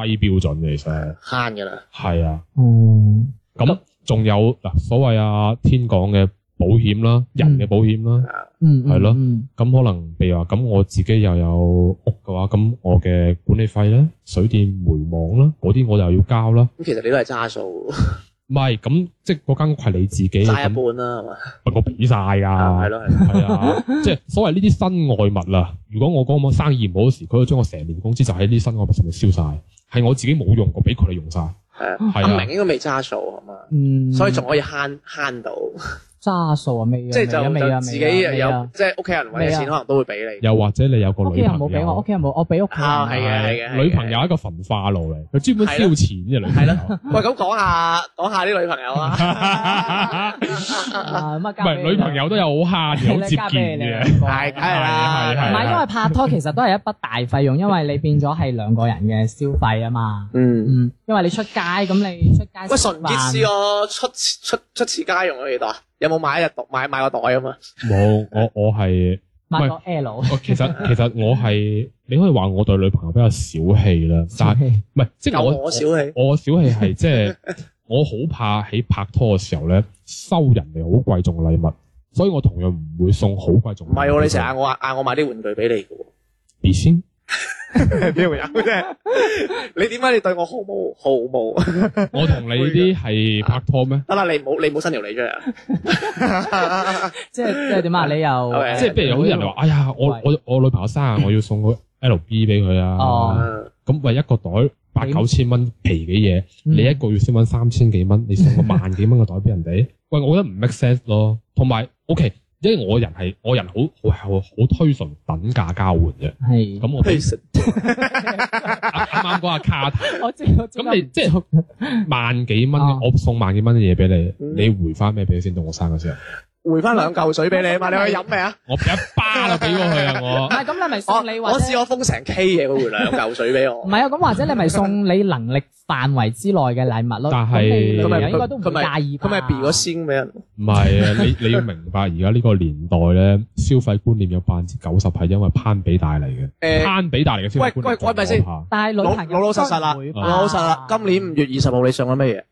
低標準嘅，其實慳㗎啦，係啊。嗯咁仲有嗱，所謂阿天講嘅保險啦，人嘅保險啦，啊嗯係咯嗯咁、可能譬如話，咁我自己又有屋嘅話，咁我嘅管理費啦、水電煤網啦，嗰啲我又要交啦。咁其實你都係揸數，唔係，咁即係嗰間屋係你自己嘅，啊揸一咁半啦係嘛，我俾晒啊係㗎。咯係咯，係啊，即係所謂呢啲身外物啦。如果我講我生意唔好嗰時，佢就將我成年工資就喺呢啲身外物上面燒晒，係我自己冇用過，俾佢哋用晒。係啊係阿明啊，應該未揸數係嘛，嗯，所以仲可以慳慳到。揸數啊，未啊，即係就未啊未就啊自己未啊有，即係屋企人揾嘅未啊錢可能都會俾你。又或者你有個屋企女人朋冇俾我，友屋。企人冇，我俾屋企人啊，係嘅，係係嘅。係嘅女朋友係一個焚化爐嚟，佢專門燒錢嘅女朋係友咯。。喂，咁講下講下啲女朋友啊，啊咁啊，唔交俾係你女朋友都有好慳嘅，好係啦接交俾見你嘅兩。個係梗係係啦，唔係係，因為拍拖其實都係一筆大費用，因為你變咗係兩個人嘅消費啊嘛。嗯。嗯，因為你出街咁你出街喂，食純潔飯試過出出出次街用咗幾多啊？有冇買一日買買個袋咁啊？冇，我我係，買個 L，我其 實其實我係，你可以話我對女朋友比較小氣啦，但係唔係即係有我我小氣，我小氣 係即係我好怕喺拍拖嘅時候咧收人哋好貴重嘅禮物，所以我同樣唔會送好貴重嘅唔禮物俾佢。係喎，你成日嗌我嗌我買啲玩具俾你 嘅你先喎，邊會有啫？你點解你對我毫無毫無？我同你啲 係拍拖咩？得啦，你唔好你唔好伸條脷出嚟啊！ 即係即係點啊？你 又 Okay 即係譬如有啲人話，哎呀，我我我女朋友生 日，我要送個 L B 俾佢哦啊，咁喂一個袋八幾九千蚊皮嘅嘢，嗯你一個月先揾三千幾 蚊，你送個萬幾蚊嘅袋俾人哋，喂，我覺得唔 make sense 咯。同埋，OK，因為我人係我人好好好好推崇等價交換嘅，係咁我嘿啱啱嗰個 卡頭 我知我知咁你即係萬幾蚊啊，我送萬幾蚊嘅嘢俾嗯你，你回翻咩俾佢先？到我生 嘅時候，回翻兩嚿水俾你啊嘛，你去飲咩啊？我俾一巴就俾過佢啊！我唔係咁，你咪 我送你或我試者過封成 K 嘢，佢回兩嚿水俾我唔。係啊？咁或者你咪送你能力範圍之內嘅禮物咯。但係咁你女佢朋咪友應該都唔佢咪會介意吧。佢咪 B 咗先 俾人，唔係啊，你你要明白而家呢個年代咧，消費觀念有百分之九十係因為攀比帶嚟嘅，誒攀比帶嚟嘅消費喂喂觀念喂最咪先可怕。但係女老朋友老老實實啦應該唔會，吧老老實啦，今年五月二十號你上咗乜嘢？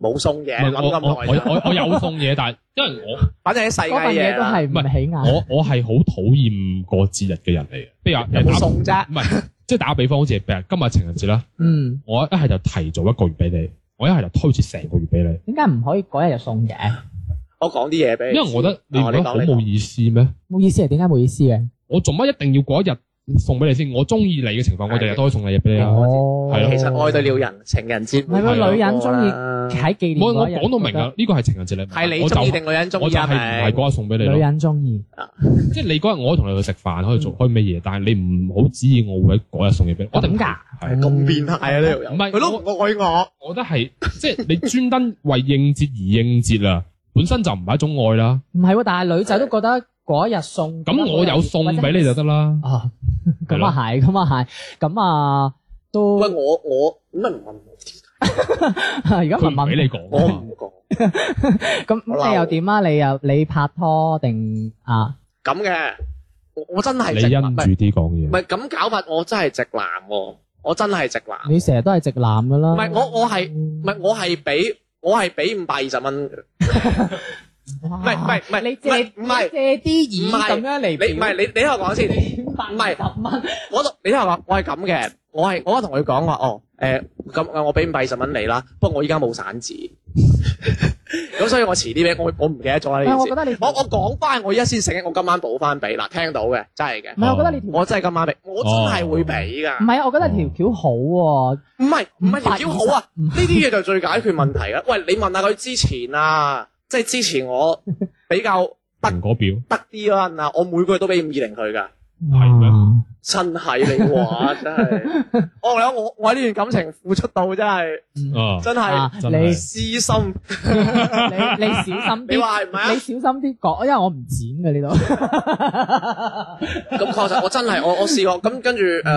冇送嘢，諗唔係我我咁我耐，我我有送嘢，但係因為我反正啲世界嗰份嘢嘢都啦，係唔起眼。我我係好討厭過節日嘅人嚟嘅，譬如話有冇送啫？唔係即係打個比方，好似譬如今日情人節啦，嗯，我一係就提早一個月俾你，我一係就推遲成個月俾你，點解唔可以嗰日就送嘅？我講啲嘢俾你，因為我覺得你哦覺得好冇意思咩？冇意思係點解冇意思嘅？我做乜一定要嗰一日送俾你先？我中意你嘅情況，我日日都可以送禮嘢俾你啊。哦，係咯其實愛對了人，情人節唔係喎女人鍾意意，喺紀念我嗰我日講到明啊啦，呢個係情人節禮物，係你我就中意定女人中我意就係啊？唔係明嗰日送俾覺你得女咯，人中意。即係你嗰日我可以同你去食飯，可以做開咩嘢，但係你唔好指意我會喺嗰日送嘢俾你，我一定唔哦咁㗎係咁變態啊！呢度唔係佢都唔愛我，我覺得係即係你專登為應節而應節啦，本身就唔係一種愛啦。唔係喎，但係女仔都覺得嗰一日送，咁我有送俾你就得啦。啊，係咁咯啊係，咁啊係，咁啊都喂我我乜唔問我？ 而家佢問唔俾問你我講，唔講咁我咁鬧你又點啊？你又你拍拖定啊？咁嘅，我我真係你直因男，唔係住啲講唔嘢。係咁搞法，我真係直男喎，我真係直男。你成日都係直男噶啦，唔係我我係唔唔係我係俾我係俾五百二十蚊，唔唔係唔係唔係你唔借係唔係你借啲唔耳係咁樣嚟你唔係你你聽我講 先，唔唔係十蚊，我同你聽我講，我係咁嘅，我係我同佢講話哦，誒咁我俾五百二十蚊你啦，不過我依家冇散紙，咁所以我遲啲咧，我我唔記得咗啦呢但係我件覺得事。你我我講翻，我依家先醒，我今晚補翻俾嗱，聽到嘅真係嘅唔，係，我覺得你條我真係今晚俾，我真係會俾唔㗎。係啊，我覺得你條橋好喎、唔係唔係條件好啊，唔呢啲嘢就最解決問題 啦。喂，你問下佢之前啊，即係之前我比較得蘋果表得啲嗰陣啊，我每個月都俾五二零佢㗎。係咩？真係你 話真係，我同你講我我喺呢段感情付出到真係啊，真啊係真係你私心。你你小心 啲，你話係唔係你啊？小心啲講，因為我唔剪嘅呢度。咁確實，我真係我我試過咁跟住誒。呃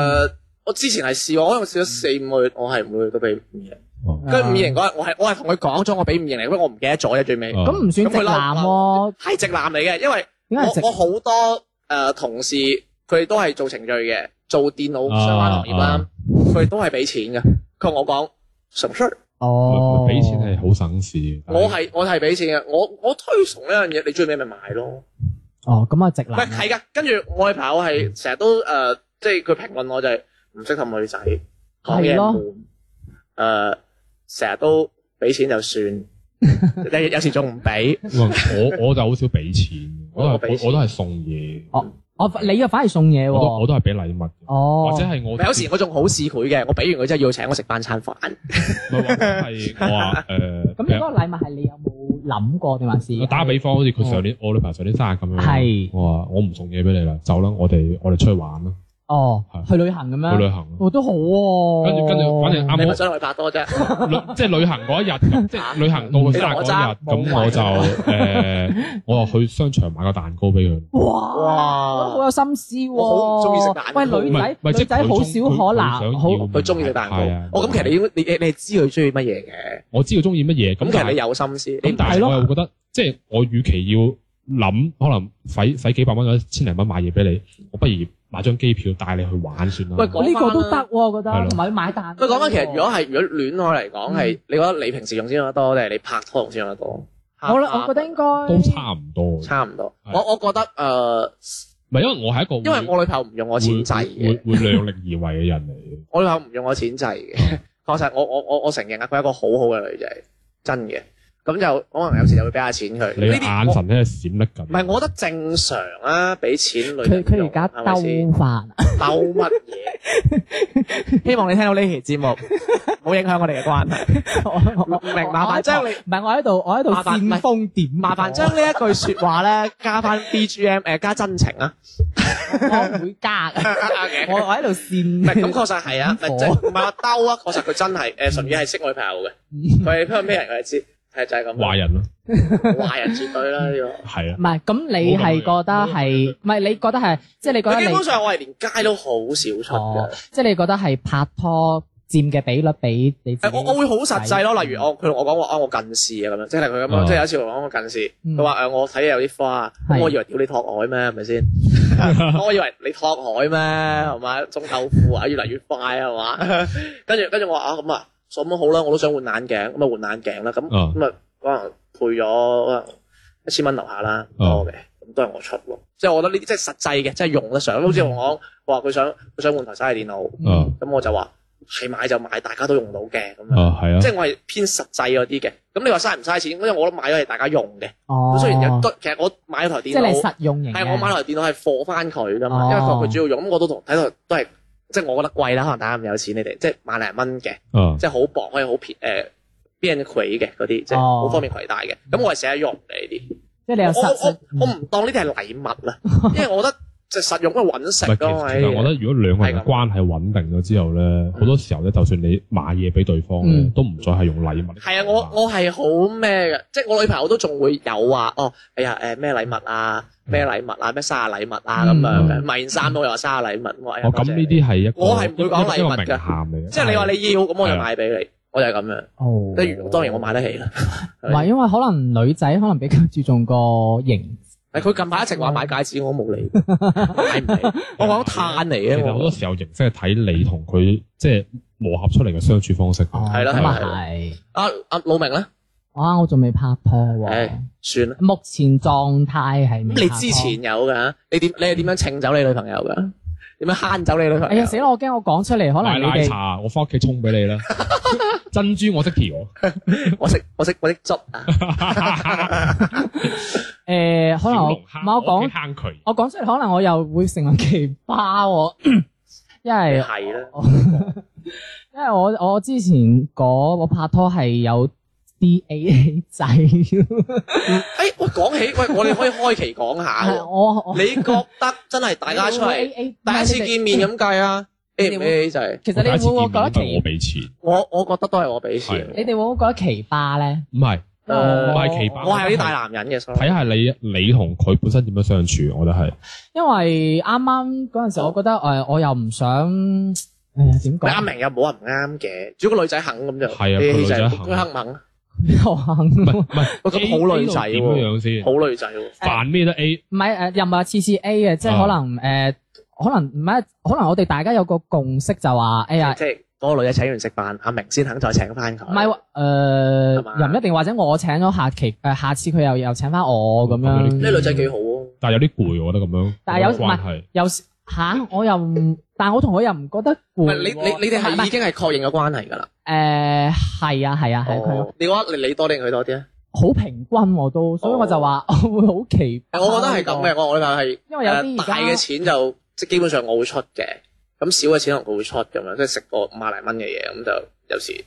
我之前係試過，我因為試咗四五個月，我係每個月都俾五二哦零。跟住五二零嗰日，我係我係同佢講咗我俾五二零，不過我唔記得咗啫，最尾哦咁唔算直男喎，係直男嚟嘅，因為點解係直我我好多誒同事佢哋都係做程序嘅，做電腦相關行業啦，佢哋都係俾錢嘅。佢同我講什麼事兒哦，俾錢係好省事嘅。但係我係我係俾錢嘅，我我推崇呢樣嘢，你最尾咪買咯。哦，咁啊直唔男啊，係係噶，跟住我嘅朋友嗯係成日都誒、呃即係佢評論我就係唔識氹女仔，講嘢係咯悶，誒成日都俾錢 就算，有有時仲唔俾，喂我我就好少俾錢，我我都俾係錢我都係送嘢，我你嘅反而送嘢我都我喎，都係俾禮物，哦，或者係我有時我仲好試佢嘅，我俾完佢之後要請我食翻餐飯。唔係或者 係我話誒，咁你嗰個禮物係你有冇諗過定還是？我打個比方，好似佢上年我女朋友上年生日咁樣，哦係我話我唔送嘢俾你啦，走啦，我哋我哋出去玩啦，哦，係去旅行咁去旅樣，行啦。哦都好喎。跟住跟住，反正你啱咪好想同佢拍拖 啫，旅即係旅行嗰一日咁，即啊係旅行到佢生日嗰一日，咁我就誒，我話去商場買個蛋糕俾佢。哇，哇我都好有心思喎。我好鍾意食蛋糕喂，女唔係唔仔係女即係仔佢好中少可嗱，佢想好要佢中意食蛋糕哦係啊。我咁其實你應該你你你係知佢中意乜嘢嘅，我知道中意乜嘢，咁咁其但實你係有心思，咁你但係係咯我又覺得，即係我與其要諗，可能使使幾百蚊或者千零蚊買嘢俾你，我不如買張機票帶你去玩算啦。喂講呢個都得喎，我覺係得咯同埋買蛋糕佢喎。講翻其實如果係如果戀愛嚟嗯講係，你覺得你平時用先用得多，定係你拍拖用先用得多？我咧，我覺得應該都差唔多，唔差唔多。係我我覺得誒、呃係因為我係一個因嗯為會我女朋友唔用我錢制會嘅，會會量力而為嘅人嚟嘅。我女朋友唔用我錢制嘅。哦 確實我，我我我承認啊，佢係一個好好嘅女仔，真嘅。咁就可能有時就會俾下錢佢。你呢嘅啲眼我神咧閃得緊。唔係，我覺得正常啊，俾錢女佢人佢用而家係咪先兜飯，鬥乜嘢？ 希望你聽到呢期節目，冇影響我哋嘅關係。我唔明我麻我煩喺將度你唔係我喺度，我喺度麻煩唔係煽風點火，麻煩將呢一句说話咧加翻 BGM，诶、加真情啊。我唔會加嘅。我我喺度唔係煽咁確實係啊，唔係即係唔係話兜啊，確實佢真係誒純粹係識女朋友嘅，佢係香港咩人佢就知，係就係咁壞人咯，壞人絕對啦呢個。係啊唔。係咁你係覺得係唔係你覺得係即係你覺得佢基你本上我係連街都好少出哦嘅，，即係你覺得係拍拖佔嘅比率比你自誒己我我會好實際咯，例如我佢同我講話啊我近視啊咁樣，即係佢咁樣，嗯即係有一次我講我近視，哦嗯佢話誒我睇嘢有啲花，係咁我以為屌你托海咩係 咪先？我以為你托海咩係嘛？中豆腐啊，越嚟越快係嘛？ 跟住跟住我話啊咁啊，咁好啦，我都想換眼鏡，咁啊換眼鏡啦，咁哦嗯咁啊可能配咗可能一千蚊樓下啦，唔哦多嘅，咁都係我出咯。即係我覺得呢啲即係實際嘅，即係用得上。好似我嗯講我話佢想佢想換台手提電腦，啊咁我就話係買就買，大家都用到嘅咁啊樣。係啊即。係我係偏實際嗰啲嘅，咁你話嘥唔嘥錢？因為我都買咗係大家用嘅，哦咁，雖然有都其實我買咗台即電係你腦。實用型嘅係我買落嚟電腦係貨翻佢噶嘛，哦因為佢佢主要用，咁我都同睇到都係，即係我覺得貴啦，可能大家唔有錢，你哋即係萬零蚊嘅，啊即係好薄，可以好便誒邊人攜嘅嗰啲，即係哦好方便攜帶嘅。咁我係成日用嘅呢啲，即係你有我實我實嗯我我唔當呢啲係禮物啦，因為我覺得就實用因為揾唔係食其咯。實哎其實我覺得如果兩個人嘅關係穩定咗之後咧，嗯好多時候咧，就算你買嘢俾對方咧嗯，都唔再係用禮物。係啊，我我係好咩嘅，即係我女朋友都仲會有話哦，哎呀誒咩禮物啊，咩禮物啊，咩生日禮物啊咁樣嘅，嗯買件衫都會話生日禮物，我話哎哦，呀咁多謝呢你啲係一個我係唔會講禮物㗎一個名銜嚟嘅。即係你話你要，咁我係就啊買俾你，我就係咁樣。哦，即如當然我買得起啦。唔係因為可能女仔可能比較注重個型，係佢近排一直話買戒指，我冇 理，買唔起。我講嘆嚟其嘅，實好多我時候形式係睇你同佢即係磨合出嚟嘅相處方式。哦係啦咁啊係啦係，阿阿老明咧，啊我仲未拍拖喎唉，，算啦。目前狀態係咁未你拍拖之前有㗎，你點你係點樣稱走你女朋友㗎？點樣慳走你女哎朋呀友？死啦！我驚我講出嚟，可能買你奶哋茶，我翻屋企沖俾你 啦。珍珠我識調，我識我識我識捽啊！诶，可能我唔小龍係蝦，我我屋講企坑渠。我講出嚟，可能我又會成為奇葩喎， 因為係啦， 因為我我之前嗰我拍拖係有 D A A 制，诶，喂，講起喂，我哋可以開期講下係 喎。我我你覺得真係啊大家出嚟 AA 第一次見面咁計啊你？A 哋唔 A 就係其實你我第一次會唔會見覺得面都係我奇？俾錢，我我覺得都係我俾錢。係你哋會唔會覺得奇葩咧？唔係誒我係奇葩，我係啲大男人嘅，所以睇下你你同佢本身點樣相處，我覺 得係。因為啱啱嗰陣時，我覺得誒、呃我又唔想誒哎點你啱 講，明又冇人唔啱嘅，主要個女仔肯咁就係啊呢啲個女仔就係肯佢肯唔肯？又肯唔係唔係，喂咁好女仔 A- A 喎，路點樣先？好女仔喎。扮咩都 A，唔係誒，又唔係次次 A 嘅，即係啊可能誒、呃可能唔係，可能我哋大家有個共識就話，哎呀，即係嗰個女仔請完食飯，阿明先肯再請翻佢。唔係喎誒，又唔係嘛一定，或者我請咗下期誒、呃下次佢又又請翻我咁咁有啲樣，呢女仔幾好喎，但係有啲攰，我覺得咁樣。但係有嗰個關係，有時嚇我又唔，但我同佢又唔覺得唔攰係喎。你你你哋唔唔係已經係確認咗關係㗎啦。誒係啊係啊係啊係啊，哦，你覺得你你多定佢多啲啊？好平均我都，所以我就話 我會好奇。哦我覺得係咁嘅，。我女朋友係因為有啲而誒家呃大嘅錢就即係基本上我會出嘅，咁少嘅錢可能佢會出咁樣，即係食個五廿零蚊嘅嘢咁就有時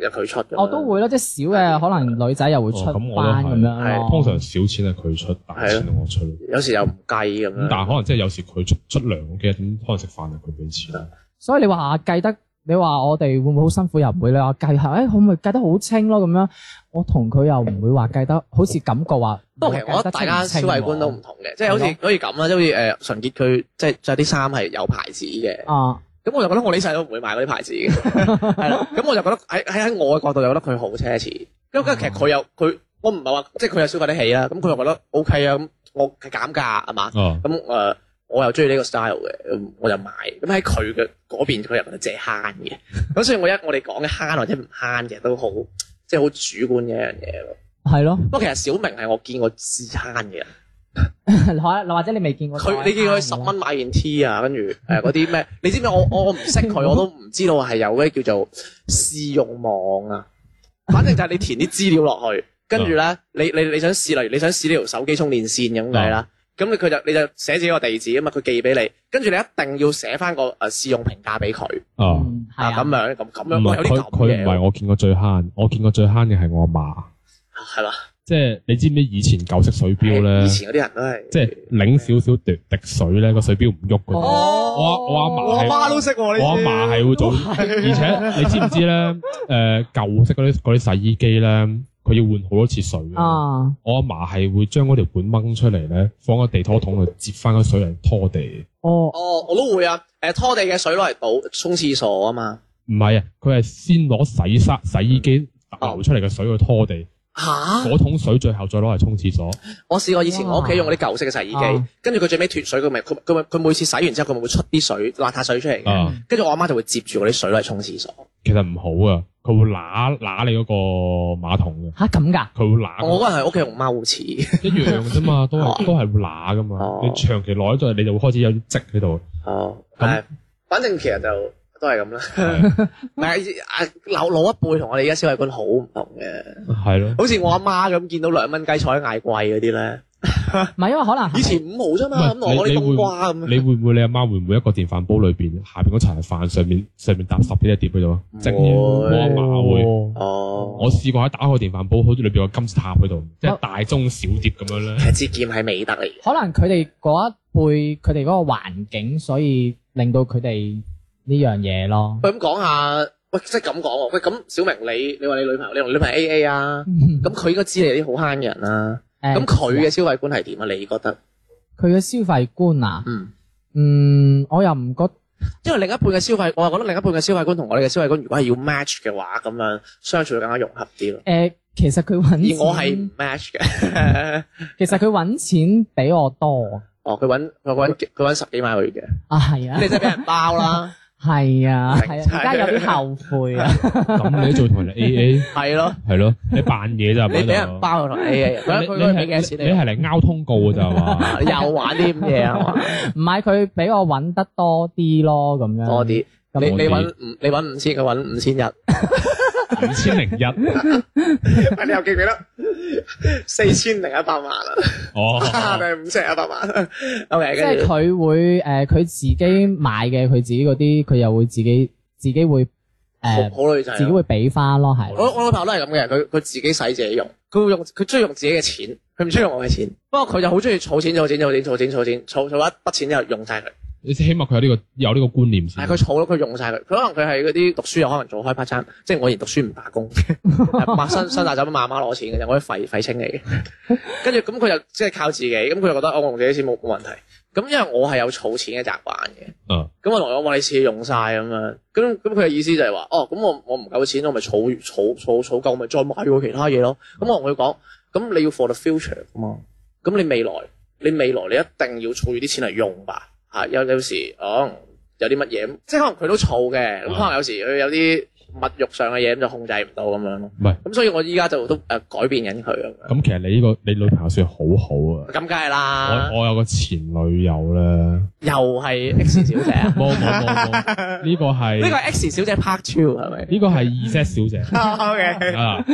有佢出咁樣。我都會咯，即係少嘅可能女仔又會出哦班咁我都係咁樣咯。係通常少錢係佢出，大係錢我出。咁有時又唔計咁但係樣。可能即係有時佢出出糧嗰幾日，咁可能食飯係佢俾錢。所以你話計得，你話我哋會唔會好辛苦？又唔會你話計下，誒可唔可以計得好清咯？咁樣我同佢又唔會話計得，好似感覺話。不過其實我覺得大家消費觀都唔同嘅，即係好似好似咁啦，即係好似誒純潔佢即係着啲衫係有牌子嘅，啊，咁我就覺得我呢世都唔會買嗰啲牌子嘅， 係啦，咁我就覺得喺喺喺我嘅角度就覺得佢好奢侈，因為其實嗯佢有佢，我唔係話即係佢有消費得起啦，咁佢又覺得 O K 啊，咁我係減價係嘛，哦，咁誒、呃我又中意呢個 style 嘅，咁我就買。咁喺佢嘅嗰邊，佢又覺得自己慳嘅。咁所以我一我哋講嘅慳或者唔慳嘅都好，即係好主觀嘅一樣嘢咯。係咯，不過其實小明係我見過至慳嘅人，可 或者你未見過佢你見佢十蚊買件 T 啊，跟住誒嗰啲咩？你知唔知我我我唔識佢，我都唔知道係有嗰啲叫做試用網啊。反正就係你填啲資料落去，跟住啊咧，你你你想試，例如你想試呢條手機充電線咁計啊啦，咁你佢就你就寫自己個地址啊嘛，佢寄俾你，跟住你一定要寫翻個誒試用評價俾佢哦。嗯係啊啊咁樣咁咁唔樣，係哇有佢啲咁佢唔嘅係我見過最慳，我見過最慳嘅係我阿嫲。係嘛？即係你知唔知以前舊式水錶咧以，前嗰啲人都係即係擰少少滴滴水咧，個水錶唔喐嗰啲。哦我我阿我阿嫲媽係都識喎，我阿嫲係 會做，哦而且你知唔知咧？誒舊式嗰啲嗰啲洗衣機咧，佢要換好多次水嘅。哦啊，我阿嫲係會將嗰條管掹出嚟咧，放個地拖桶度接翻個水嚟拖地。哦，哦，我都會啊，誒拖地嘅水攞嚟倒沖廁所啊嘛，唔係啊，佢係先攞洗衫洗衣機哦流出嚟嘅水去拖地，吓？嗰桶水最後再攞嚟沖廁所。我試過以前我屋企用嗰啲舊式嘅洗衣機啊，跟住佢最尾脱水，佢咪佢佢咪佢每次洗完之後，佢咪會出啲水邋遢水出嚟嘅啊。跟住我阿媽就會接住嗰啲水嚟沖廁所。其實唔好啊，佢會揦揦你嗰個馬桶嘅，吓咁㗎？佢會揦我嗰嗰陣係屋企用踎廁，個一樣嘅啫 嘛，都係哦都係會揦噶嘛哦。你長期耐咗，你就會開始有啲積喺 度。哦，咁咁反正其實就都係咁啦。 唔係啊，老老一輩同我哋而家消費觀好唔同嘅，係咯，好似我阿媽咁見到兩蚊雞坐喺嗌貴嗰啲咧，唔係因為可能係以前五毛啫嘛，唔係咁攞你啲你會冬瓜咁樣。你會唔會你阿媽會唔會一個電飯煲裏邊下邊嗰層係飯，上面上面搭十幾隻碟喺度哦啊？蒸嘢，我會阿嫲會。哦，我試過喺打開個電飯煲，好似裏邊有個金字塔喺度，即係大中小碟咁樣咧。其實節儉係美德嚟嘅。可能佢哋嗰一輩，佢哋嗰個環境，所以令到佢哋呢樣嘢咯。喂，咁講下，喂，即係咁講喎。喂，咁小明你你話你女朋友，你同女朋友 A A 啊？咁佢應該知你係啲好慳嘅人啦、誒咁佢嘅消費觀係點啊？你覺得？佢嘅消費觀啊，嗯，嗯，我又唔覺因為另一半嘅消費，我係覺得另一半嘅消費觀同我哋嘅消費觀，如果係要 match 嘅話，咁樣相處會更加融合啲誒，咯。呃其實佢揾而我係錢唔 match 嘅。 其實佢揾錢比我多哦，佢揾佢揾佢揾十幾萬去嘅， 啊，係啊你，真係俾人包啦。係啊，明係啊，而家有啲後悔啊，咁你都做 同人 A A 係咯，哎係咯，你扮嘢咋？你俾喺度人包同 A A，你佢佢佢俾幾多錢你係嚟拗通告㗎咋係嘛？你？又玩啲咁嘢啊 係嘛？唔係佢俾我揾得多啲咯，咁樣多啲，咁你我你哋揾五你揾五千，佢揾五千一。五千零一，喂，你又記唔記得四千零一百萬啊？哦， 定五千零一百萬？OK，啊 即係跟住佢會诶，佢、自己買嘅，佢自己嗰啲，佢又會自己自己會诶、好好女仔啊。自己會俾翻咯，係。我我老豆都係咁嘅，佢佢自己使自己用，佢會用佢中意用自己嘅錢，佢唔中意用我嘅錢。不過佢就好中意儲錢、儲錢、儲錢、儲錢、儲錢，儲儲一筆錢之後用晒佢。 你起碼佢有呢個有呢個觀念先但係。佢儲咗，佢用晒佢。佢可能佢係嗰啲讀書又可能做開 part time，即係我以前讀書唔打工，抹身身大酒咁慢慢攞錢嘅啫，我啲廢廢青嚟嘅。跟住咁佢就即係靠自己，咁佢就覺得我用自己錢冇冇問題。咁因為我係有儲錢嘅習慣嘅。嗯，咁我同佢講話你次用晒咁樣，咁咁佢嘅意思就係話，哦，咁我我唔夠錢，我咪儲儲儲儲夠，咪再買過其他嘢咯。咁我同佢講，咁你要 for the future 噶啊嘛，咁你未來你未來你一定要儲住啲錢嚟用吧，嚇、有有時可能有啲乜嘢，咁即係可能佢都儲啊嘅，咁可能有時佢有啲物欲上嘅嘢咁就控制唔到咁樣咯。唔係咁所以我依家就都誒、呃改變緊佢咁樣。咁其實你呢個你女朋友算好好啊。咁梗係啦我，我有個前女友咧，又係 X 小姐啊， 冇冇 冇冇，呢個呢個係係 X 小姐 part two 係咪呢個係二 set 小姐 ？OK。啊。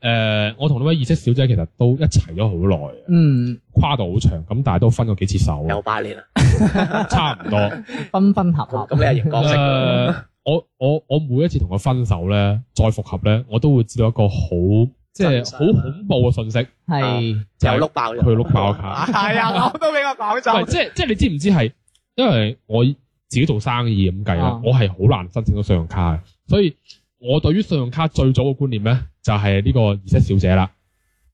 誒，我同呢位二 set 小姐其實都一齊咗好耐，啊嗯，跨度好長，咁但係都分過幾次手，有八年啊，差唔 多。分分合合咁。你係熒光色，誒，我我我每一次同佢分手咧，再復合咧，我都會知道一個好即係好恐怖嘅信息，係就又係碌爆咗，佢碌爆個卡。係 啊，我都俾我講喂，走。即係即係你知唔知係？因為我自己做生意咁計啦啊，我係好難申請到信用卡嘅，所以我對於信用卡最早嘅觀念咧，就係呢個儀式小姐啦。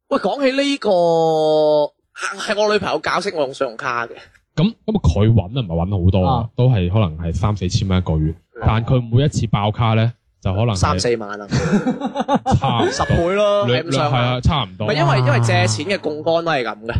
喂，講起呢個啊係我女朋友教識我用信用卡嘅，咁咁佢揾啊，唔係揾好多啊啊，都係可能係三四千蚊一個月，但佢每一次爆卡咧，就可能係三四萬啊，差唔十多，倍咯，係 兩咁兩上係下啊，。差唔唔多係。因為因為借錢嘅槓桿都係咁嘅，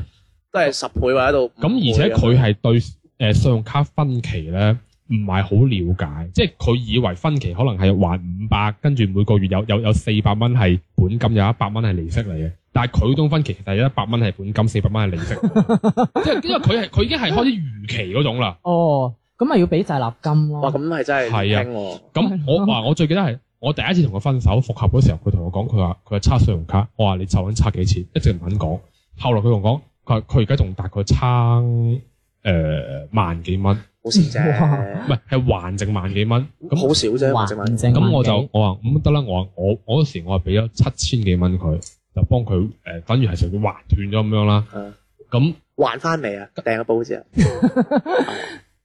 都係十倍或者到五倍咁而且佢係對呃誒信用卡分期咧唔係好了解，即係佢以為分期可能係還五百，跟住每個月有有有四百蚊係本金，有一百蚊係利息嚟嘅。但係佢嗰種分期其實有一百蚊係本金，四百蚊係利息，即係因為佢係佢已經係開始預期嗰種啦。哦，咁咪要俾滯立金哇，咯。咁係真係係啊傾喎，咁我話我最記得係我第一次同佢分手復合嗰時候，佢同我講佢話佢係差信用卡，我話你就咁差幾錢，一直唔肯講。後來佢同我講，佢話佢而家仲大概差誒、呃、萬幾蚊。好少啫哇唔，係係還剩萬幾蚊，好啊咁少啫，還萬幾蚊剩咁我萬就幾我話咁得啦，我話我我嗰時我係俾咗七千幾蚊佢，就幫佢誒、呃等於係成個還斷咗咁樣啦嗯。咁還翻未啊？訂個報紙啊！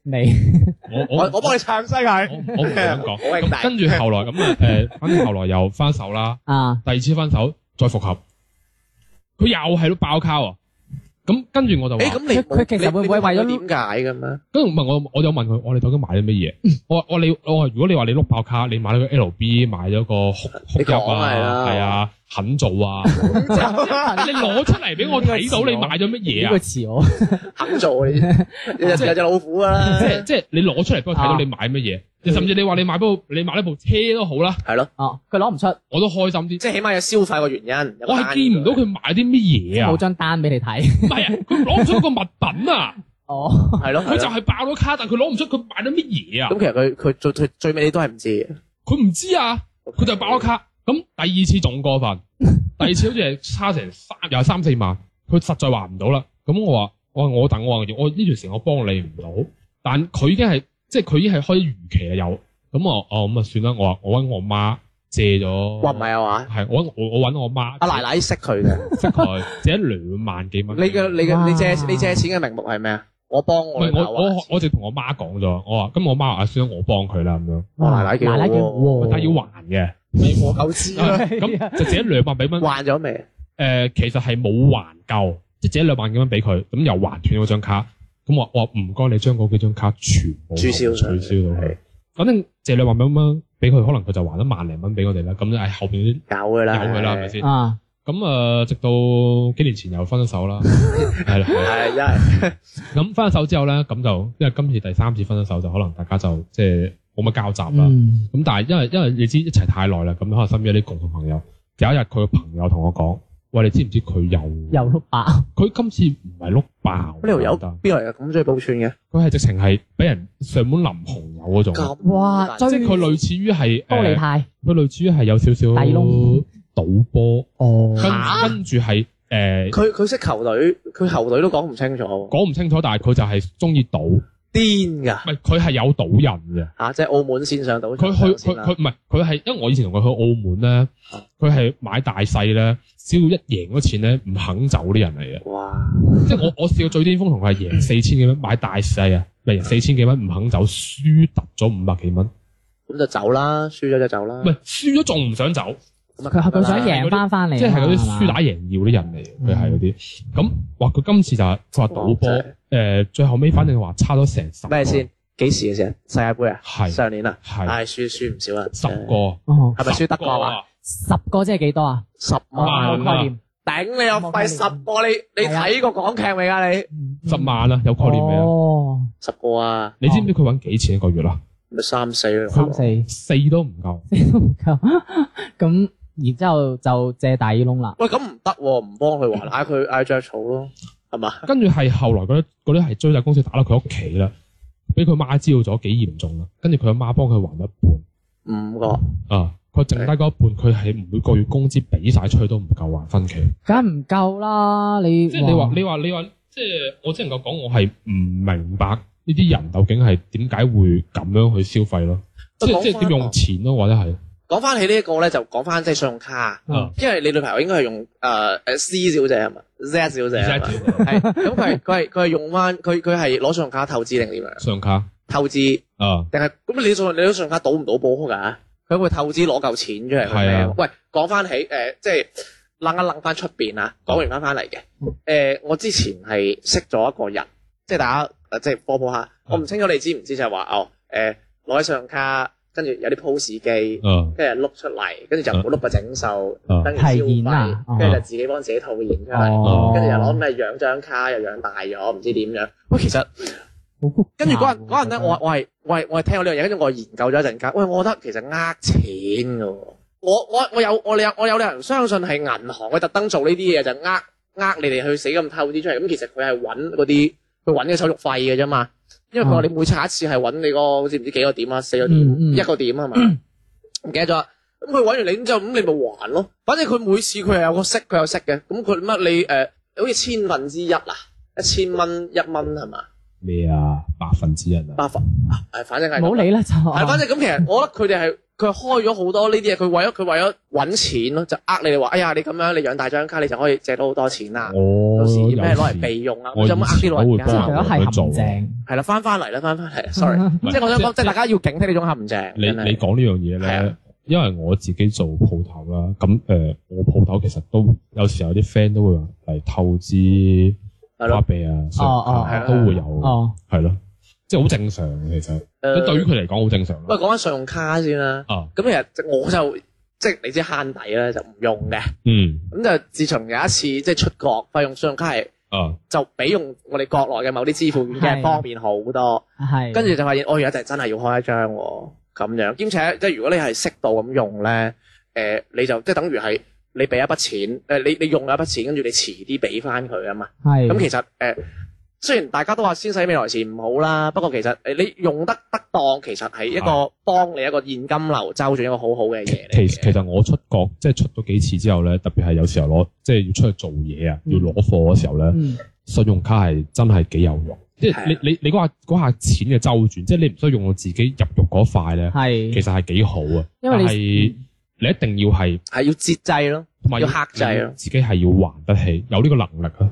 未我我我我幫你撐西佢，我我唔想 講。我係大咁跟住後來咁啊誒，反正後來又分手啦，啊，第二次分手再復合，佢又係都爆卡喎。咁跟住我就誒話，咁你佢佢其實你會唔會你為咗點解嘅咩？跟住問我，我就問佢，我哋究竟買咗乜嘢？ 我話我話你我話如果你話你碌爆卡，你買咗個 LB，買咗個哭你哭泣講係啊，啦係啊，肯做啊。你攞出嚟俾我睇到你買咗乜呢嘢個啊？詞我 肯做你，有隻有隻老虎㗎啦即，係即係你攞出嚟俾我睇到你買乜嘢？你甚至你話你買部你買呢部車都好啦，係咯，哦，佢攞唔出，我都開心啲。即係起碼有消費個原因。有我係見唔到佢買啲乜嘢啊冇？張單俾你睇。 唔係啊，佢攞唔出個物品啊，哦，單嘅，係咯，佢係就咯係爆咗卡，但佢攞唔出佢買咗乜嘢啊咁。？其實佢佢最最最尾你都係唔知嘅。佢唔知啊，佢就係爆咗卡。咁第二次仲過 分，第二次好似係差成三又係三四萬，佢實在還唔到啦。咁我話我話我等我話我呢段時間我幫你唔到，但佢已經係即係佢已經係開始預期啊有。咁我哦咁啊算啦，我話我揾我媽借咗，哇，唔係啊嘛，係我搵我我揾我媽阿奶奶識佢嘅。識佢 借咗兩萬幾蚊。你嘅你嘅哇你借你借錢嘅名目係咩啊？我幫唔我係女我朋友還我我直同我媽講咗，我話咁我媽話啊算啦，我幫佢啦咁樣，哇奶奶幾好奶奶幾好喎喎但係要還 嘅。錢，我夠知啦。咁就借咗兩萬幾 蚊。還咗未？誒、呃其實係冇還夠，即係借咗兩萬幾蚊俾佢，咁又還斷咗張卡。咁我我話唔該，你將嗰幾張卡全部註銷取佢消到係佢。反正借兩萬幾蚊俾佢，可能佢就還咗萬零蚊俾我哋啦。咁就係後邊啲搞㗎有啦，佢啦，係咪先？啊，咁啊，直到幾年前又分咗手啦，係啦係啦。係因為咁分咗手之後咧，咁就因為今次第三次分咗手，就可能大家就即係冇乜交集啦。嗯咁但係因為因為你知一齊太耐啦，咁可能身邊有啲共同朋友，有一日佢嘅朋友同我講：，喂，你知唔知佢又又碌白，佢今次唔係碌爆，呢條友我覺得邊嚟嘅咁中意煲串嘅？佢係直情係俾人上門淋紅油嗰種，咁哇即追即係佢類似於係高利誒，貸，佢類似於係有少少底窿賭波，哦跟跟住係誒佢佢識球隊，佢球隊都講唔清楚喎，講唔清楚，但係佢就係中意賭，唔癲㗎係佢係有賭癮嘅。嚇！即係澳門線上賭場佢去先啊佢啦佢唔係佢係，因為我以前同佢去澳門咧，佢係買大細咧，只要一贏咗錢咧，唔肯走啲人嚟嘅。哇！即係我我試過最巔峰同佢係贏四千幾蚊買大細啊，咪贏四千幾蚊唔肯走，輸揼咗五百幾蚊，咁就走啦，輸咗就走啦。唔係輸咗仲唔想走，咁啊佢佢想贏翻翻嚟，即係係嗰啲輸係嘛嗯打贏要啲人嚟嘅，佢係嗰啲。咁哇，佢今次就係佢話賭波，哇誒真、最後尾反正話差咗成十個咩先？幾時嘅先？世界盃啊？係上年啊？係唉，輸輸唔少啊！十個，哦，係咪輸德國啊？十個即係幾多啊？十哦萬有概念，頂你又快十個，你你係啊睇過港劇未啊？你十萬啊，有概念未啊？哦，十個啊，你知唔知佢揾幾錢一個月啦？咪三四啊咯。三四四都唔夠。四都唔夠， 咁然之後就借大耳窿啦。喂，咁唔得喎，唔幫佢還，嗌佢嗌着草咯，係嘛？跟住係後來嗰啲嗰啲係追債公司打到佢屋企啦，俾佢媽知道咗幾嚴重啦。跟住佢阿媽幫佢還一半五個啊，佢剩低嗰一半，佢係每個月工資俾晒出去都唔夠還分期。梗係唔夠啦！你即係你哇話你話你話，即係我只能夠講，我係唔明白呢啲人究竟係點解會咁樣去消費咯，即係即係點用錢咯，或者係講翻起呢一個咧，就講翻即係信用卡，啊因為你女朋友應該係用誒誒 C 小姐係嘛，Z 小姐係嘛，係咁佢係佢係佢係用翻佢佢係攞信用卡透支定點樣？信用卡透支定啊，係咁你信你攞信用卡賭唔賭波㗎？佢會透支攞嚿錢出嚟係啊咩？喂，講翻起誒，即係楞一楞翻出邊啊，講完翻翻嚟嘅誒，我之前係識咗一個人，即係大家誒即係科普下，我唔清楚你知唔知就係話哦誒攞起信用卡，跟住有啲 POS 機。啊跟住碌出嚟，跟住就唔好碌個整數，啊等於消提現費啊，哦跟住就自己幫自己套現出嚟，哦，跟住又攞咩養張卡又養大咗，唔知點樣。喂，其實好複雜跟住嗰陣喎嗰陣咧，覺得我我係我係我係聽過呢樣嘢，跟住我研究咗一陣間。喂，我覺得其實呃錢嘅喎，我我我有我有我有理由相信係銀行佢特登做呢啲嘢就呃呃你哋去死咁偷啲出嚟。咁其實佢係揾嗰啲佢揾嘅手續費嘅啫嘛，因為佢話嗯你每刷一次係揾你個好似唔知幾個點啊，四個點、嗯嗯一個點 啊嘛，唔記得咗啦。咁佢揾完你之後，咁你咪還咯。反正佢每次佢係有個息，佢有息嘅。咁佢乜你誒、呃好似千分之一啊，一千蚊一蚊係嘛？咩啊，百分之一啊，百分誒，反正係唔咁好理啦，啊就係，反正咁其實我覺得佢哋係佢開咗好多呢啲嘢，佢為咗佢為咗揾錢咯，就呃你哋話，哎呀你咁樣你養大張卡你就可以借到好多錢啦，我到時哦有咩攞嚟時備用啊，我咁就咁呃啲老人即以前係除我會幫人家咗係陷阱，係啦，翻翻嚟啦，翻翻嚟啦，sorry，即係我想講，即係大家要警惕呢種陷阱。你真係你講呢樣嘢係啊咧，因為我自己做鋪頭啦，咁誒、呃我鋪頭其實都有時候有啲 friend 都會話嚟透支係花咯，唄啊，信用哦卡哦都會有，哦，係咯，即係好正常嘅其實，誒對於佢嚟講好正常喂，咯。講翻信用卡先啦，啊，咁其實我就即係你知慳底啦，就唔用嘅。嗯，咁就自從有一次即係出國，費用信用卡係啊，就比用我哋國內嘅某啲支付軟件係係方便好多。係啊跟住就發現，我而家就係真係要開一張喎，咁樣。兼且即係如果你係適度咁用咧，誒、你就即係等於係你俾一筆錢，誒、你你用咗一筆錢，跟住你遲啲俾翻佢啊嘛。係咁其實誒、呃，雖然大家都話先使未來錢唔好啦，不過其實誒你用得得當，其實係一個幫你一個現金流周轉一個好好嘅嘢嚟其其嘅。實我出國即係出咗幾次之後咧，特別係有時候攞即係要出去做嘢啊，嗯要攞貨嘅時候咧，嗯信用卡係真係幾有用。即係啊係你你你嗰下嗰下錢嘅周轉，即係你唔需要用到自己入肉嗰塊咧。其嗯係實係幾好啊，因為你但係你一定要係係要節制咯，同埋嗯要克制啊咯自己係要還得起，有呢個能力啊。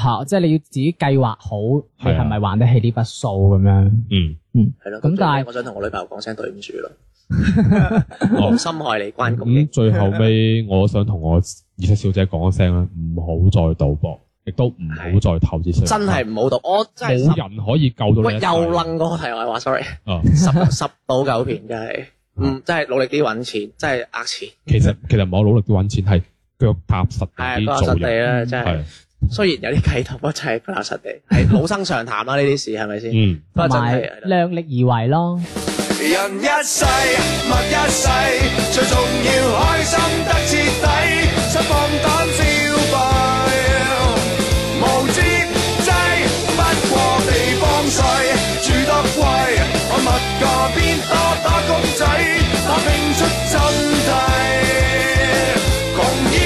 嚇，即係你要自己計劃好，你係啊係咪還得起呢筆數咁樣？嗯，係咯。咁但係我想同我女朋友講聲對唔住咯，哦嗯我心害你關公益咁。最後 尾，我想同我二七小姐講一聲啦，唔好再賭博，亦都唔好再投資信用卡真係唔好讀，我真係冇人可以救到喂，你一又世。楞嗰個題外話，sorry， 啊！十十賭九騙真係，嗯，真係努力啲揾錢，真係呃錢，其實其實唔好努力啲揾錢，係腳踏實地係啲腳踏做實地人，嗯啦，真係。係雖然有啲計頭，不過真係腳踏實地，係老生常談啦。啊呢啲事係咪先？嗯不過同啊真埋係係啦量力而為咯。人一世，物一世，最重要開心得徹底，失放膽消費，無節制，不過地方細，住得貴，我物價變多打工仔，打拼出真諦，窮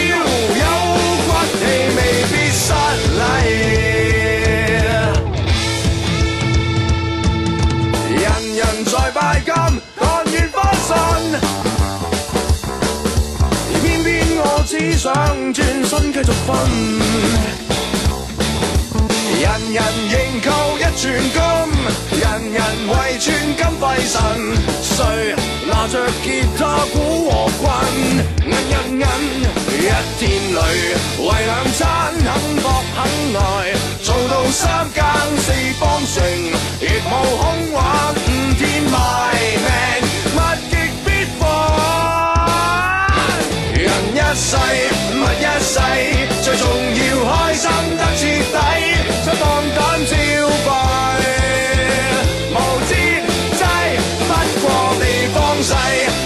要有骨氣，未必失禮。人人在拜金，但願花神。而偏偏我只想轉身繼續瞓。人人認購一寸金，人人為寸金費神。誰拿着吉他鼓和棍？銀銀銀，一天裏為兩餐肯搏肯耐，做到三更四方城，亦無空玩五天賣命，物極必反。人一世，物一世，最重要開心得徹底，想放膽消費，無節制，不過地方細，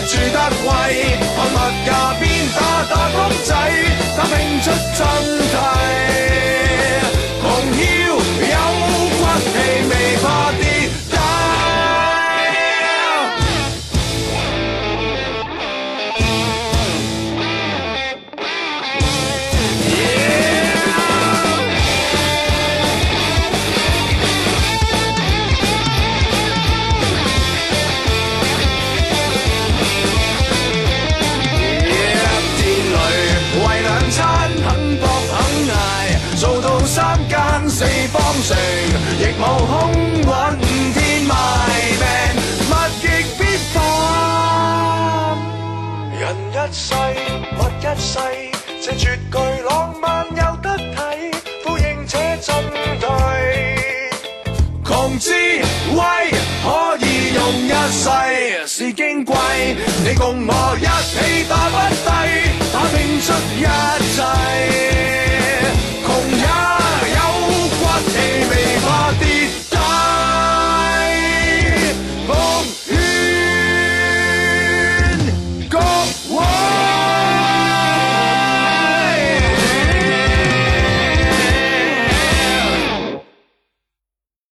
住得貴，看物價變打打工仔，打拼出真諦，窮要有骨氣，未怕跌低。一天裏為兩餐肯搏肯捱，做到三更四方城，亦冇空揾五天賣命，物極必反。人一世，物一世，這絕句浪漫又得體，呼應且進退。窮之威可以用一世，是矜貴。你共我一起打不低，打拼出一切。